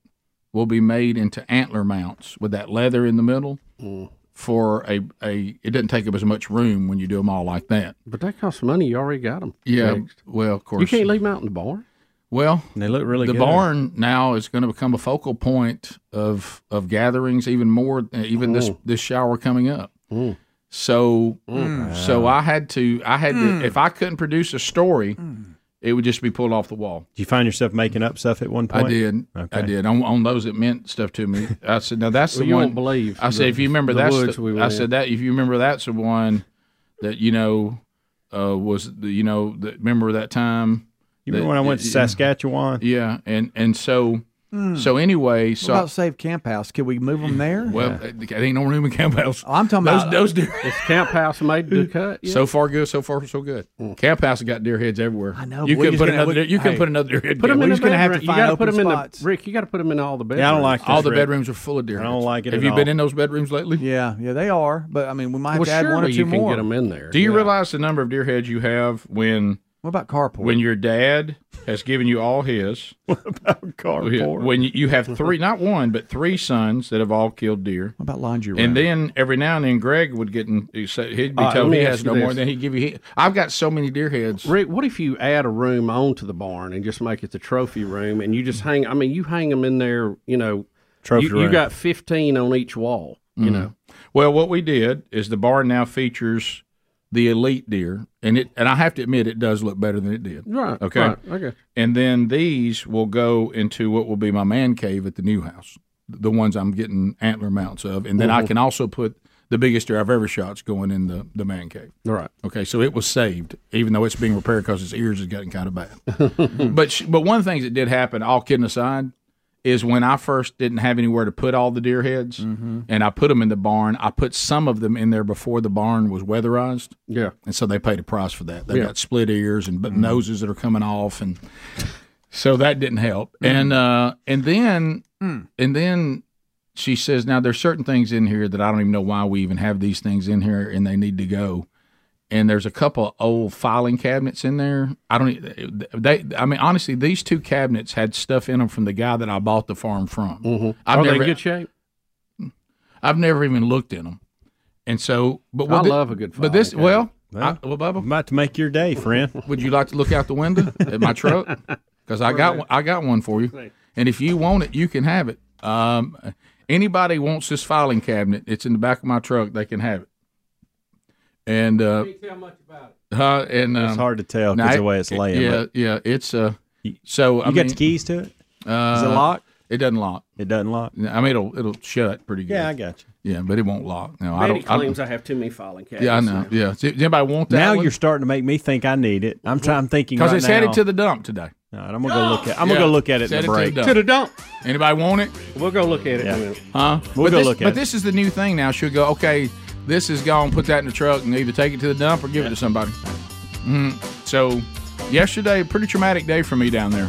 will be made into antler mounts with that leather in the middle
Hmm.
for a a. It doesn't take up as much room when you do them all like that.
But that costs money. You already got them.
Yeah. Well, of course
You can't leave them out in the barn.
Well,
they look really
the
good.
barn now is going to become a focal point of of gatherings even more uh, even this
Mm.
this shower coming up. So
Mm.
so I had to I had
Mm.
to, if I couldn't produce a story, it would just be pulled off the wall.
Do you find yourself making up stuff at one point?
I did. I
Okay.
did on, on those that meant stuff to me. I said, "No,
<laughs>
that's
Well,
the
you
one."
won't believe
I said,
the-
"If you remember
the
that's
woods
the,
we were
I
in.
said that if you remember that's the one that you know uh, was the, you know that remember that time.
You remember
that-
when I went to
yeah.
Saskatchewan?
Yeah, and and so
Mm.
so anyway,
What
so
about Save Camp House? Can we move them there?
well, there ain't no room in camp house.
Oh, I'm talking
those,
about-
those deer.
Is camp house made the cut? yet?
So far good, so far so good.
Hmm.
Camp house has got deer heads everywhere. I know.
but
You
we're
could
just
put
gonna-
another.
we-
deer- you could
hey,
put another deer head.
Put them
down.
in the bedroom. You gotta put them in the Rick. You got to put them in all the bedrooms.
all the bedrooms are full of deer. heads. Have you been in those bedrooms lately?
Yeah, yeah, they are. But I mean, we might have
Well,
to add one or
surely
two
you can
more.
get 'em in Do you
Yeah.
realize the number of deer heads you have when?
What about carport?
When your dad has given you all his. <laughs> What about
carport?
When you- you have three, <laughs> not one, but three sons that have all killed deer.
What about lingerie?
And then every now and then, Greg would get in. He'd say- he'd be
All right,
told
let me
he
ask
has
you
no more.
this.
Then he'd give you. He, I've got so many deer heads.
Rick, what if you add a room onto the barn and just make it the trophy room, and you just hang? I mean, you hang them in there. You know,
Trophy
You, you
room.
got fifteen on each wall. You
Mhm.
know,
Well, what we did is the barn now features the elite deer, and it and I have to admit it does look better than it did.
Right,
Okay.
right, okay.
And then these will go into what will be my man cave at the new house, the ones I'm getting antler mounts of, and then I
Mhm.
can also put the biggest deer I've ever shot's going in the the man cave.
All right.
Okay, so it was saved, even though it's being repaired because its ears has gotten kind
<laughs>
of bad. <laughs> but sh- but one of the things that did happen, all kidding aside, is when I first didn't have anywhere to put all the deer heads,
Mm-hmm.
and I put them in the barn. I put some of them in there before the barn was weatherized.
Yeah,
and so they paid a price for that. They
Yeah. Mm-hmm.
got split ears and but noses that are coming off, and so that didn't help.
Mm-hmm.
And uh, and then
Mm.
and then she says, now there's certain things in here that I don't even know why we even have these things in here, and they need to go. And there's a couple of old filing cabinets in there. I don't. e- They. I mean, honestly, these two cabinets had stuff in them from the guy that I bought the farm from. Mm-hmm.
Are Oh, they in good shape?
I've never even looked in them. And so, but
I
what thi-
love a good
But this,
filing
well,
Well,
I, well, Bubba,
about to make your day, friend.
<laughs> Would you like to look out the window at
<laughs>
my truck? Because I got one, I got one for you, and if you want it, you can have it. Um, anybody wants this filing cabinet, it's in the back of my truck. They can have it. and uh, huh, and
It's
um,
hard to tell 'cause
nah,
the way it's laying,
Yeah,
but-
yeah, it's uh. So I
you got the
mean-
keys to it?
Uh,
Is it locked?
It doesn't lock.
It doesn't lock.
I mean, it'll it'll shut pretty good.
Yeah, I got
you. Yeah, but it won't lock. No, I
Betty
don't. I
claims
don't
I, have too many filing cabinets.
yeah, I know. Yeah. Does anybody want that?
now
one?
you're starting to make me think I need it. I'm trying. I'm thinking
because
right
it's headed
now-
to the dump today.
All right, I'm gonna go look at. I'm gonna go
Yeah.
look at it
Set
in the break.
To the dump. Anybody want it?
We'll go look at it.
Yeah.
Will.
Huh?
We'll
but
go
this,
look at
But
it.
this is the new thing now. She'll go, okay, this is gone. Put that in the truck and either take it to the dump or give it to somebody. Mhm. So, yesterday, a pretty traumatic day for me down
<laughs>
there.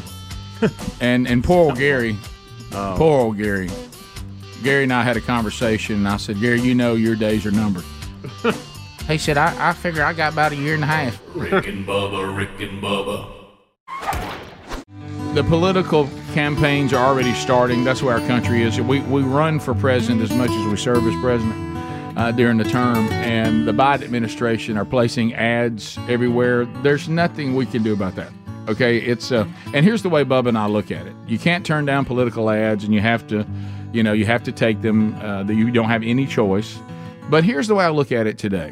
and and poor old Gary,
Oh.
poor old Gary. Gary and I had a conversation, and I said, Gary, you know your days are numbered. he said, I, I figure I got about a year and a half.
<laughs>
Rick and Bubba, Rick and Bubba.
the political campaigns are already starting. That's where our country is. We, we run for president as much as we serve as president uh, during the term. And the Biden administration are placing ads everywhere. There's nothing we can do about that. Okay, it's uh, and here's the way Bubba and I look at it. You can't turn down political ads, and you have to, you know, you have to take them. Uh, that you don't have any choice. But here's the way I look at it today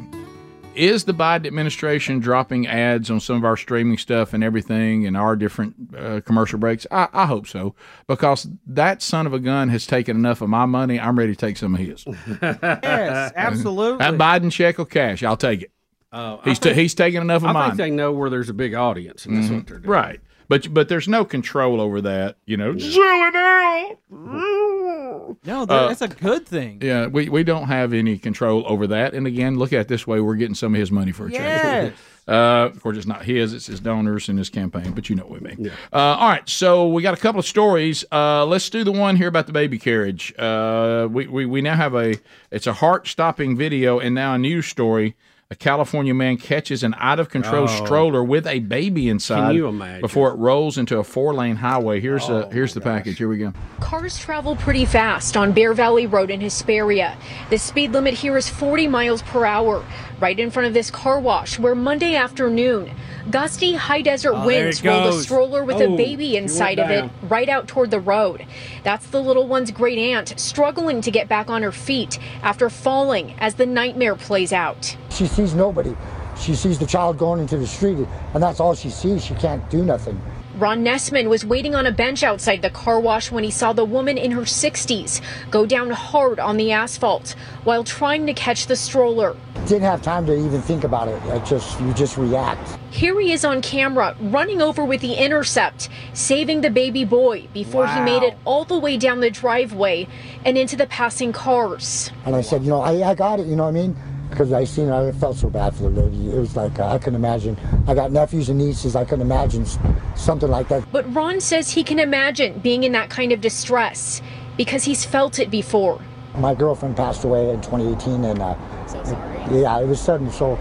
is the Biden administration dropping ads on some of our streaming stuff and everything and our different uh, commercial breaks? I, I hope so, because that son of a gun has taken enough of my money. I'm ready to take some
<laughs>
of his.
yes, absolutely.
That Biden check or cash, I'll take it.
Oh, I
he's
think-
ta- he's taking enough of
I
mine.
think they know where there's a big audience, and that's
Mhm.
what they're doing.
Right. But but there's no control over that, you know. it out.
No,
Uh,
that, that's a good thing.
Yeah, we, we don't have any control over that. And again, look at it this way: we're getting some of his money for a change.
Yes.
<laughs> Uh, of course, it's not his; it's his donors and his campaign. But you know what I mean. Uh, all right, so we got a couple of stories. Uh, let's do the one here about the baby carriage. Uh, we, we we now have a it's a heart stopping video, and now a news story. A California man catches an out of control
Oh.
stroller with a baby inside
you imagine? Oh,
before it rolls into a four lane highway. Here's a here's the package. Here we go.
Cars travel pretty fast on Bear Valley Road in Hesperia. The speed limit here is 40 miles per hour, right in front of this car wash where Monday afternoon, gusty high desert
Oh, there
winds
it
rolled a
goes.
stroller with
Oh,
a
he
baby
went
inside of it
down.
right out toward the road. That's the little one's great aunt struggling to get back on her feet after falling as the nightmare plays out.
She sees nobody. She sees the child going into the street, and that's all she sees. She can't do nothing.
Ron Nessman was waiting on a bench outside the car wash when he saw the woman in her 60s go down hard on the asphalt while trying to catch the stroller.
Didn't have time to even think about it. I just you just react.
Here he is on camera running over with the intercept, saving the baby boy before he made it all the way down the driveway and into the passing cars.
And I said, you know, I, I got it. You know what I mean? Because I seen it, I felt so bad for the lady. It was like uh, I couldn't imagine. I got nephews and nieces. I couldn't imagine s- something like that.
But Ron says he can imagine being in that kind of distress because he's felt it before.
My girlfriend passed away in 2018, and uh, so sorry. yeah, it was sudden. So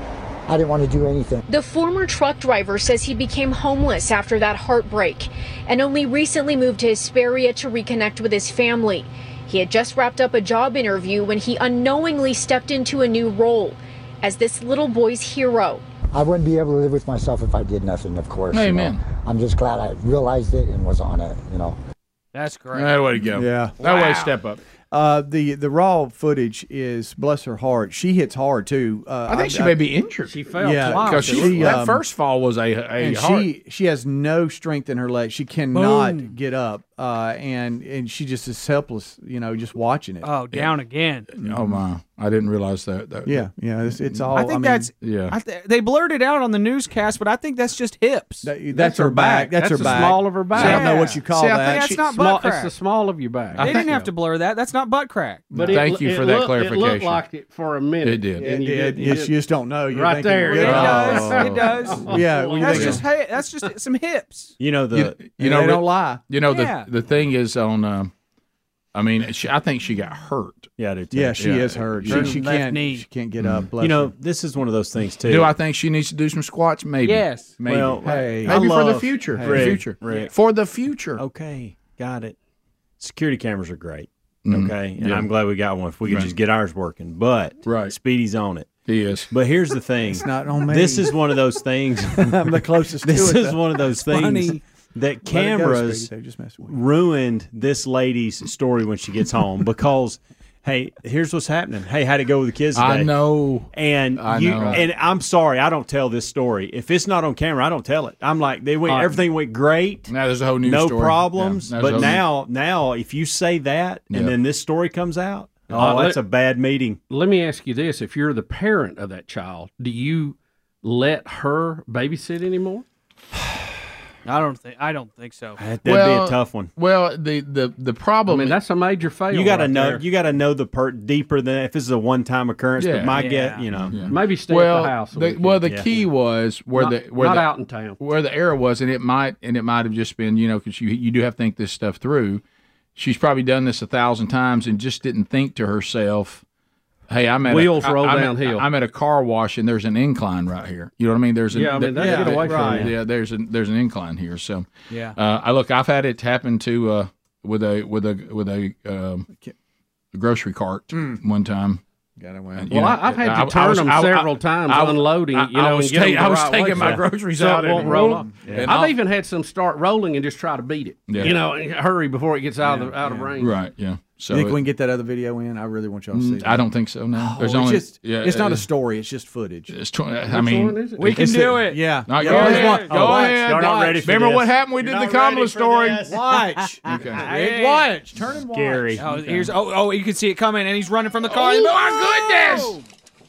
I didn't want to do anything.
The former truck driver says he became homeless after that heartbreak and only recently moved to Hesperia to reconnect with his family. He had just wrapped up a job interview when he unknowingly stepped into a new role as this little boy's hero.
I wouldn't be able to live with myself if I did nothing. Of course. you know.
Amen.
I'm just glad I realized it and was on it. You know.
That's great.
That way to go.
Yeah.
That way to step up.
Uh, the the raw footage is bless her heart. She hits hard too. Uh,
I think she may be injured. She fell
yeah, um,
twice. 'Cause she- that first fall was a- a
and
heart.
She she has no strength in her leg. She cannot
Boom.
get up, uh, and and she just is helpless. You know, just watching it.
Oh, down again.
Oh my! I didn't realize that. that
Yeah, yeah. It's, it's all.
I think
mean,
that's
Mm. yeah.
I th- they blurred it out on the newscast, but I think that's just hips.
that's, her back. That's, her back. I don't know what you call
See, I
that.
think that's
She-
not
small-
butt crack.
It's the small of your back.
they didn't have to blur that. That's not butt crack.
But it lo- it looked- It looked like it for a minute.
It did.
and
It
you
did.
didn't.
Yes, you just don't know. You're
right
thinking,
there.
yeah.
It
Oh.
does.
It does. <laughs>
Yeah, well, you
that's
think-
just hey, that's just some hips.
You know
You,
the.
you know,
they don't
Rick-
lie.
You know
Yeah.
the the thing is on. Um, I mean, she, I think she got hurt.
Yeah, I do.
Yeah, she is hurt. She, she can't. She can't get up. Bless
Mm. you know,
her.
this is one of those things too.
Do I think she needs to do some squats? Maybe.
Yes.
Maybe.
Well, Hey. I
maybe for the
love-
future. For
Rick,
the future.
Rick.
For the future.
Okay. Got it. Security cameras are great.
Mhm.
Okay. And
Yeah.
I'm glad we got one. If we could
Right.
just get ours working. But right. Speedy's on it.
He is.
But here's the thing.
It's not on me.
This is one of those things.
<laughs> I'm the closest
<laughs>
to
This
it,
is
though.
one of those
It's
things
funny. Let it
that
go,
cameras
Speedy, though. Just mess with
ruined this lady's story when she gets home because
hey, here's what's happening. Hey, how'd it go with the kids?
I
today?"
know.
And
I
you,
know.
and I'm sorry, I don't tell this story. If it's not on camera, I don't tell it. I'm like, they went,
Uh,
everything went great.
Now there's a whole new
no
story.
problems.
Yeah, there's a
but
whole
now,
new-
now if you say that and
Yeah.
then this story comes out, oh,
Uh,
that's
let-
a bad meeting.
Let me ask you this: If you're the parent of that child, do you let her
<sighs>
babysit anymore?
I don't think I don't think so.
Well, the the the problem.
I mean, that's a major fail.
You got to
right
know.
there.
You got to know the per deeper than if this is a one time occurrence.
Yeah.
But my
Yeah.
get, you know,
Maybe stay
well,
at the house. a
The,
weekend.
well, the
Yeah.
key was where
Not-
the where
not
the,
out in town.
where the error was, and it might and it might have just been you know because you you do have to think this stuff through. She's probably done this a thousand times and just didn't think to herself, "Hey, I'm at
Wheels
a, I-
roll
I'm at-
downhill.
I'm at a car wash and there's an incline right here. You know what I mean? There's an,
Yeah, I mean, that's- get away from
right.
that.
yeah. There's an there's an incline here. So
Yeah.
uh, I look. I've had it happen to uh, with a with a with a um, grocery cart
Mm.
one time.
Got
And,
Well,
you know,
I, I've had to
I- I
turn
was-
them
I- I-
several times
I-
unloading,
I-
you
I
know,
was
and getting
take-
them
I
the
was
right
taking
way.
my
Yeah.
groceries
so
out
It
and
won't roll up.
roll 'em. And
I've
I'll-
even had some start rolling and just try to beat it.
Yeah.
You know, and hurry before it gets out of the, out of range.
Right. Yeah. So
think
it-
we can get that other video in? I really want y'all to see.
Mm, I don't think so. No,
Oh,
there's
it's
only
just-
yeah,
it's not a
it-
story. It's just footage.
It's tw- I mean,
We can do it. Yeah.
No,
Yeah,
go
there's
ahead.
one.
Go
Oh, watch.
ahead.
Y'all not ready for
Remember
this.
what happened? We
You're
did the
not
Kamala story. <laughs>
Watch.
okay.
Watch. Turn and
Scary.
watch. Oh,
Okay.
here's, oh, oh, you can see it coming, and he's running from the car.
Oh,
my goodness!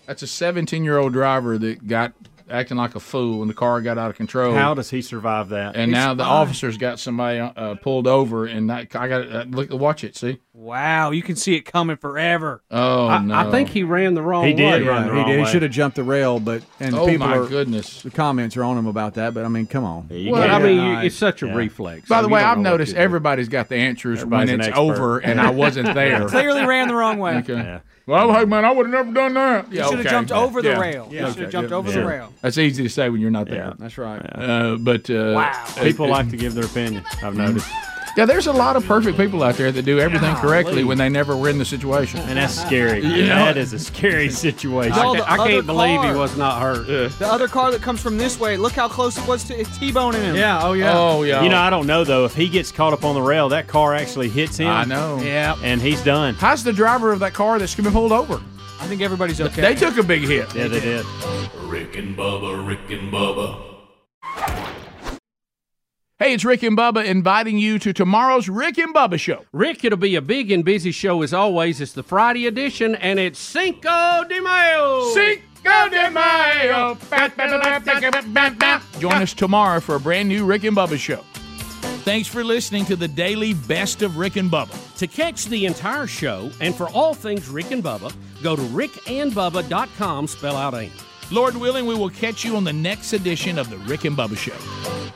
That's a 17 year old driver that got acting like a fool, and the car got out of control.
how does he survive that?
and
He's
now the
fine.
officer's got somebody uh, pulled over, and that, I got uh, look, watch it. See?
Wow, you can see it coming forever.
Oh
I,
no!
I think he ran the wrong way.
Yeah, he did. He should have jumped the rail, but and
Oh,
people
my
are,
goodness.
The comments are on him about that, but I mean, come on.
Well,
Yeah.
I mean,
Yeah.
you- it's
such a reflex.
By the
You
way,
don't
I've
know what
noticed
to do.
everybody's got the answers
Everybody's
when
an
it's
expert.
over, and I
<laughs>
wasn't there.
Clearly ran the wrong way.
Okay. Well, hey man, I would have never done that.
You should've jumped over the rail. You should've jumped over the rail.
That's easy to say when you're not there. That's
right.
Uh, but uh,
Wow. People
it-
like to give their opinion. I've noticed.
Yeah, there's a lot of perfect people out there that do everything correctly
Golly.
when they never were in the situation,
and that's scary.
<laughs> You know?
That is a scary <laughs> situation.
Y'all, the other car-
not hurt.
The other car that comes from this way, look how close it was to it's T-boning him.
oh,
Oh,
You know, I don't know though. If he gets caught up on the rail, that car actually hits him.
I know.
Yeah. And he's done.
How's the driver of that car that's been pulled over?
I think everybody's okay.
They took a big hit.
Yeah, they did.
Rick and Bubba, Rick and Bubba.
Hey, it's Rick and Bubba inviting you to tomorrow's Rick and Bubba Show.
Rick, it'll be a big and busy show as always. It's the Friday edition, and it's Cinco de Mayo.
Cinco de Mayo. Join us tomorrow for a brand new Rick and Bubba Show.
Thanks for listening to the daily best of Rick and Bubba.
To catch the entire show and for all things Rick and Bubba, go to rickandbubba.com, spell out AIM.
Lord willing, we will catch you on the next edition of the Rick and Bubba Show.